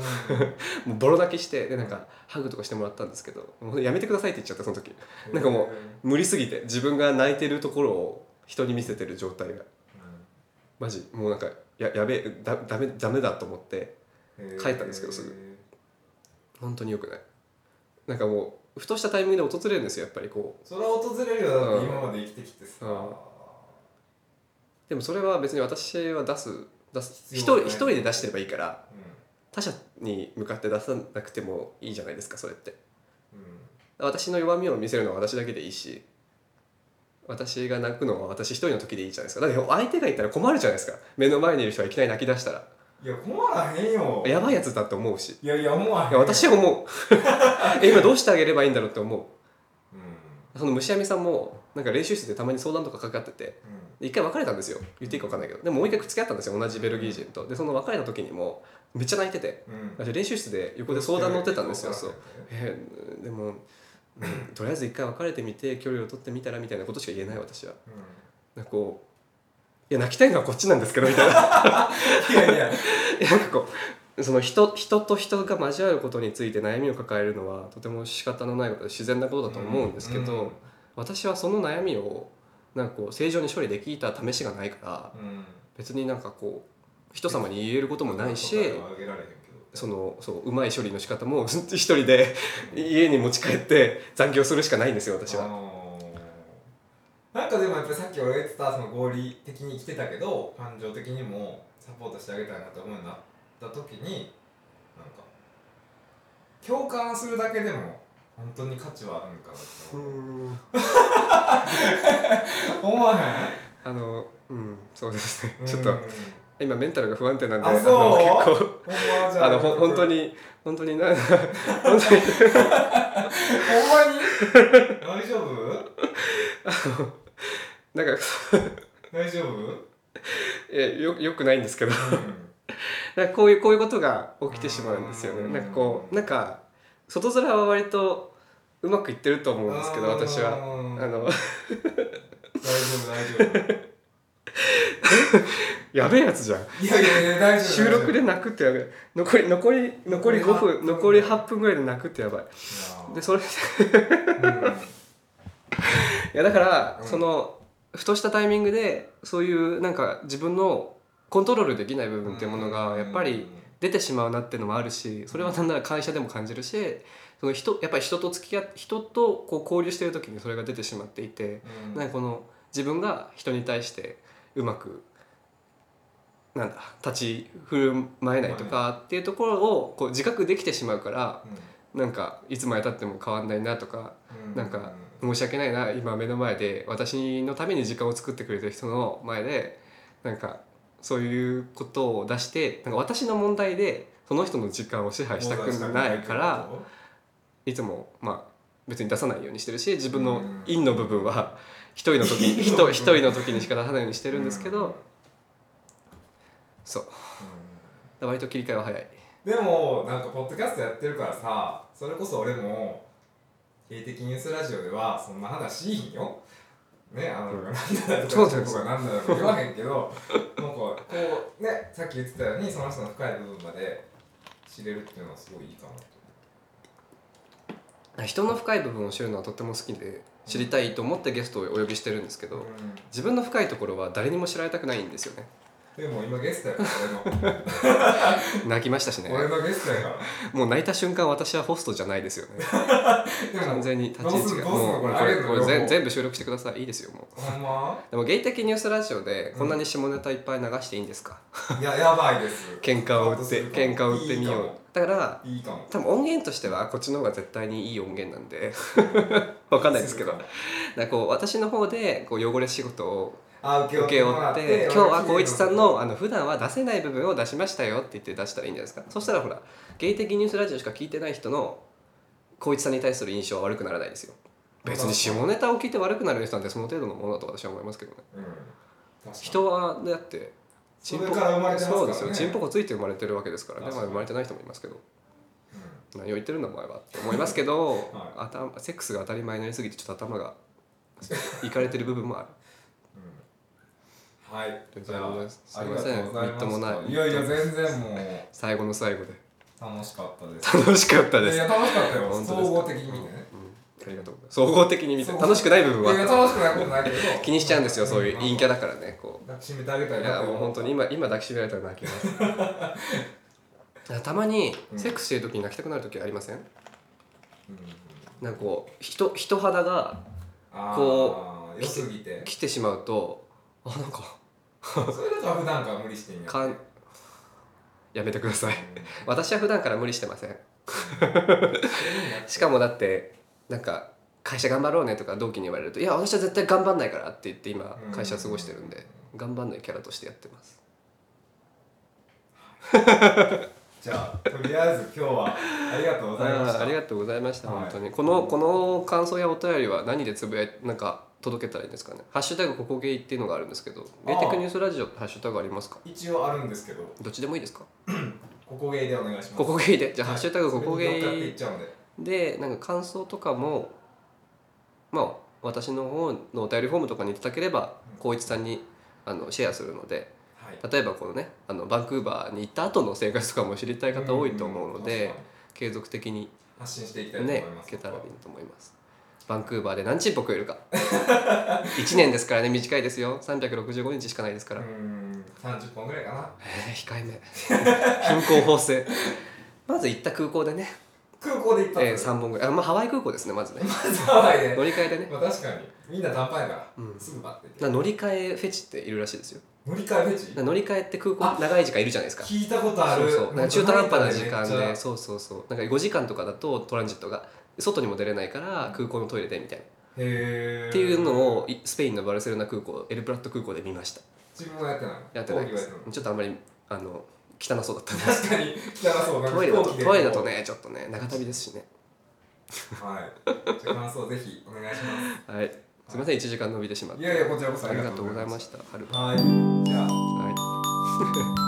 Speaker 1: ボロ泣きしてでなんかハグとかしてもらったんですけどもうやめてくださいって言っちゃったその時なんかも無理すぎて自分が泣いてるところを人に見せてる状態がマジもうなんかややべえだダメダメだと思って
Speaker 2: うんうん
Speaker 1: 帰ったんですけどすぐ本当によくないなんかもうふとしたタイミングで訪れるんですよやっぱりこう
Speaker 2: それは訪れるよだっ
Speaker 1: うん
Speaker 2: て今まで生きてきてさ
Speaker 1: うんでもそれは別に私は出す出す一
Speaker 2: 必要
Speaker 1: 人
Speaker 2: ない
Speaker 1: 一人で出してればいいから
Speaker 2: う
Speaker 1: 他者に向かって出さなくてもいいじゃないですかそれって
Speaker 2: んうん
Speaker 1: 私の弱みを見せるのは私だけでいいし私が泣くのは私一人の時でいいじゃないですかだって相手がいたら困るじゃないですか目の前にいる人がいきなり泣き出したら
Speaker 2: いや困らへんよ
Speaker 1: やばいやつだって思うし
Speaker 2: いやいや思わへん
Speaker 1: いや私は思う [LAUGHS] え今どうしてあげればいいんだろうって思
Speaker 2: うん
Speaker 1: うその虫網さんもなんか練習室でたまに相談とかかかってて
Speaker 2: う
Speaker 1: で一回別れたんですよ言っていいか分かんないけどでももう一回付き合ったんですよ同じベルギー人とでその別れた時にもめっちゃ泣いてて
Speaker 2: んうん
Speaker 1: 私練習室で横で相談乗ってたんですよそう
Speaker 2: どして
Speaker 1: えーでもうんとりあえず一回別れてみて距離を取ってみたらみたいなことしか言えない私はなんかこういや泣きたいのはこっちなんですけどみたい [LAUGHS] な
Speaker 2: うんいやいや
Speaker 1: いやなんかこうその人人と人が交わることについて悩みを抱えるのはとても仕方のないことで自然なことだと思うんですけど、
Speaker 2: うん
Speaker 1: 私はその悩みをなんかこう正常に処理できた試しがないから
Speaker 2: うん
Speaker 1: 別になんかこう人様に言えることもないし、
Speaker 2: 答えはあげられへんけど
Speaker 1: そのそううまい処理の仕方も一人で家に持ち帰って残業するしかないんですよ私
Speaker 2: あ
Speaker 1: は。
Speaker 2: のーなんかでもやっぱりさっき俺が言ってたその合理的に生きてたけど感情的にもサポートしてあげたいなと思うようになった時になんか共感するだけでも本当に価値はあるんかなって思う思わへん
Speaker 1: あのうんそうですねちょっと
Speaker 2: うん
Speaker 1: 今メンタルが不安定なんで
Speaker 2: あ
Speaker 1: の
Speaker 2: [LAUGHS] そう
Speaker 1: 結構
Speaker 2: ほんまじゃ
Speaker 1: あのほん本当
Speaker 2: に
Speaker 1: に本当にな [LAUGHS] 本当に
Speaker 2: ほんまに大丈夫
Speaker 1: なんか
Speaker 2: 大丈夫
Speaker 1: えよよくないんですけどなんかこういうこういうことが起きてしまうんですよ
Speaker 2: う
Speaker 1: ね
Speaker 2: ん
Speaker 1: なんかこうなんか外面は割とうまくいってると思うんですけど私
Speaker 2: あ
Speaker 1: はあ
Speaker 2: ー
Speaker 1: の [LAUGHS]
Speaker 2: 大丈夫大丈
Speaker 1: やべえやつじゃん
Speaker 2: 夫いやいやいや大丈夫
Speaker 1: 収録で泣くってやばい残り残り残り5分残
Speaker 2: 残
Speaker 1: り
Speaker 2: り
Speaker 1: 8分ぐらいで泣くってやばいで
Speaker 2: で
Speaker 1: それい
Speaker 2: うん
Speaker 1: やだから、
Speaker 2: うん
Speaker 1: そのふとしたタイミングでそういうなんか自分のコントロールできない部 [LAUGHS] 分っていうものがやっぱり出てしまうなっていうのもあるしそれはなんなら会社でも感じるしその人やっぱり人と付き合って人とこう交流してる時にそれが出てしまっていて
Speaker 2: うん
Speaker 1: なんかこの自分が人に対してうまくなんだ立ち振る舞えないとかっていうところをこう自覚できてしまうからなんかいつまでたっても変わんないなとか
Speaker 2: うん
Speaker 1: なんか申し訳ないな今目の前で私のために時間を作ってくれてる人の前でなんかそういうことを出してなんか私の問題でその人の時間を支配したくないからいつもまあ別に出さないようにしてるし自分の陰の部分は一人の時
Speaker 2: [LAUGHS] 陰の部分
Speaker 1: 一人一人の時にしか出さないようにしてるんですけ
Speaker 2: うん
Speaker 1: どそう割と切り替えは早い。
Speaker 2: でもなんかポッドキャストやってるからさそれこそ俺も定的ニュースラジオではそんな話いいんよねあの、
Speaker 1: うん
Speaker 2: なんだと
Speaker 1: そうそう
Speaker 2: か
Speaker 1: そう
Speaker 2: とかなんだとか言わへんけどなんかこうねさっき言ってたようにその人の深い部分まで知れるっていうのはすごいいいかなと
Speaker 1: 人の深い部分を知るのはとっても好きで知りたいと思ってゲストをお呼びしてるんですけど、
Speaker 2: 思う、
Speaker 1: 自分の深いところは誰にも知られたくないんですよね
Speaker 2: うん、でも今ゲストやから
Speaker 1: 泣きましたしね
Speaker 2: 俺
Speaker 1: [LAUGHS]
Speaker 2: の俺のゲストやから
Speaker 1: もう泣いた瞬間私はホストじゃないですよね
Speaker 2: でも
Speaker 1: 完 [LAUGHS] 全に立ち位置が
Speaker 2: どうすんの
Speaker 1: もう
Speaker 2: どうすんのこれ
Speaker 1: もうこ
Speaker 2: あ
Speaker 1: れ
Speaker 2: りがと
Speaker 1: これ
Speaker 2: う両
Speaker 1: 全
Speaker 2: 方
Speaker 1: 全部収録してくださいいいですよもう
Speaker 2: ほんま
Speaker 1: でもゲイ的ニュースラジオで
Speaker 2: うん
Speaker 1: こんなに下ネタいっぱい流していいんですか、
Speaker 2: いややばいです
Speaker 1: 喧嘩を売って喧嘩を売ってみようだから
Speaker 2: ういいかも
Speaker 1: 多分音源としてはこっちの方が絶対にいい音源なんでわかんないですけどだからこう私の方でこう汚れ仕事を
Speaker 2: あ受け
Speaker 1: 受け負って今日は光一さん
Speaker 2: の
Speaker 1: のあの普段は出せない部分を出しましたよって言って出したらいいんじゃないですかそしたらほらゲイ的ニュースラジオしか聞いてない人の光一さんに対する印象は悪くならないですよ別に下ネタを聞いて悪くなる人なんてその程度のものだと私は思いますけどね
Speaker 2: 人
Speaker 1: 人はだって
Speaker 2: それから生まれてますからね
Speaker 1: そうですよチンポコついて生まれてるわけですからね、
Speaker 2: あ
Speaker 1: ま
Speaker 2: そ
Speaker 1: あ、
Speaker 2: う
Speaker 1: 生まれてない人もいますけど何を言ってるんだお前はって思いますけど、
Speaker 2: [LAUGHS] は
Speaker 1: 頭セックスが当たり前になりすぎてちょっと頭がいかれてる部分もある
Speaker 2: はい
Speaker 1: ということ
Speaker 2: じ
Speaker 1: で
Speaker 2: ゃあ
Speaker 1: ございます
Speaker 2: ありがとうございま
Speaker 1: みっともない
Speaker 2: すいやいや全然もう
Speaker 1: 最後の最後で
Speaker 2: 楽しかったです
Speaker 1: 楽しかったで
Speaker 2: い
Speaker 1: す
Speaker 2: や楽しかった
Speaker 1: 本
Speaker 2: よ
Speaker 1: 当
Speaker 2: 総
Speaker 1: ですか
Speaker 2: 合的に見てね
Speaker 1: ありがとうございます総合的に見て
Speaker 2: そう
Speaker 1: 楽しくない部分
Speaker 2: いやいや
Speaker 1: は
Speaker 2: 楽しくないことないけど
Speaker 1: 気にしちゃうんですよそういう陰キャ
Speaker 2: だ
Speaker 1: だからねこ
Speaker 2: 抱きしめてあげた
Speaker 1: う
Speaker 2: い
Speaker 1: い
Speaker 2: な
Speaker 1: や
Speaker 2: って
Speaker 1: もう
Speaker 2: 思
Speaker 1: 本
Speaker 2: った
Speaker 1: 当に今今抱きしめられたら泣きます [LAUGHS] たまに
Speaker 2: うん
Speaker 1: セックスしてる時に泣きたくなる時ありません
Speaker 2: うんうん
Speaker 1: なんかこう人人肌が
Speaker 2: あー
Speaker 1: こ
Speaker 2: 良すぎて
Speaker 1: 来てしまうとあなんか
Speaker 2: それだから普段から無理してんや
Speaker 1: かんやめてください私は普段から無理してませんしかもだってなんか会社頑張ろうねとか同期に言われると「いや私は絶対頑張んないから」って言って今会社過ごしてるんで頑張んないキャラとしてやってます
Speaker 2: じゃあとりあえず今日はありがとうございま
Speaker 1: あ
Speaker 2: し
Speaker 1: ー
Speaker 2: た
Speaker 1: ありがとうございました、
Speaker 2: はい
Speaker 1: 本当にこのこの感想やお便りは何でつぶやいなんか届けたらいいんですかね「ハッシュタグここゲイ」っていうのがあるんですけど「
Speaker 2: あ
Speaker 1: ゲイ
Speaker 2: ー
Speaker 1: テクニュースラジオ」ハッシュタグありますか
Speaker 2: 一応あるんですけど
Speaker 1: どっちでもいいですか
Speaker 2: ここゲイでお願いします
Speaker 1: ここゲイでじゃあ「ハ
Speaker 2: はい
Speaker 1: ッシュタグここゲ
Speaker 2: それに乗っかってい
Speaker 1: イ
Speaker 2: っちゃうんで」
Speaker 1: でなんか感想とかもまあ私の方のお便りフォームとかにいただければ光一さんにあのシェアするので
Speaker 2: はい
Speaker 1: 例えばこのねあのバンクーバーに行った後の生活とかも知りたい方多いと思うので、
Speaker 2: ん確かに
Speaker 1: 継続的に
Speaker 2: 発信していきたいと思い
Speaker 1: ね
Speaker 2: ま
Speaker 1: い
Speaker 2: す
Speaker 1: けたらいいと思いますバンクーバーで何チンポ食えるか1年ですからね短いですよ365日しかないですから、
Speaker 2: うーん30本ぐらいかな
Speaker 1: えー控えめ [LAUGHS] 貧困法制まず行った空港でね、
Speaker 2: 空港で行ったん
Speaker 1: えー、
Speaker 2: ですよ
Speaker 1: 3本ぐらいあ、まあ、ハワイ空港ですねまずね
Speaker 2: [LAUGHS] ハワイで
Speaker 1: 乗り換えでね
Speaker 2: まあ確かにみんな短パンやから
Speaker 1: うん
Speaker 2: すぐバッて行って
Speaker 1: な乗り換えフェチっているらしいですよ
Speaker 2: 乗り換えフェチ
Speaker 1: な乗り換えって空港
Speaker 2: あ
Speaker 1: 長い時間いるじゃないですか
Speaker 2: 聞いたことあ
Speaker 1: そ
Speaker 2: る
Speaker 1: うそうなんか中途半端な時間
Speaker 2: めっち
Speaker 1: で
Speaker 2: ゃ
Speaker 1: そうそうそうなんか5時間とかだとトランジットが外にも出れないから空港のトイレでみたいな、
Speaker 2: へー
Speaker 1: っていうのをいスペインのバルセロナ空港エルプラット空港で見ました
Speaker 2: 自分はやってない
Speaker 1: やってない
Speaker 2: 講
Speaker 1: で
Speaker 2: 義は
Speaker 1: す
Speaker 2: やって
Speaker 1: ちょっとあんまりあの汚そうだったんで
Speaker 2: ない確かに汚そうなんか
Speaker 1: トイレだと
Speaker 2: [LAUGHS] 飛行機で
Speaker 1: トイレだとねちょっとね長旅ですしね
Speaker 2: はいじゃあ感想ぜひお願いしま
Speaker 1: はいすみません1時間伸びてしまっ
Speaker 2: すい
Speaker 1: て
Speaker 2: やいやこちらこそ
Speaker 1: あ
Speaker 2: あ
Speaker 1: り
Speaker 2: り
Speaker 1: が
Speaker 2: が
Speaker 1: と
Speaker 2: と
Speaker 1: う
Speaker 2: う
Speaker 1: ご
Speaker 2: ご
Speaker 1: ざい
Speaker 2: ざい
Speaker 1: ま
Speaker 2: ま
Speaker 1: し
Speaker 2: した
Speaker 1: はる
Speaker 2: たはいじゃあ
Speaker 1: はい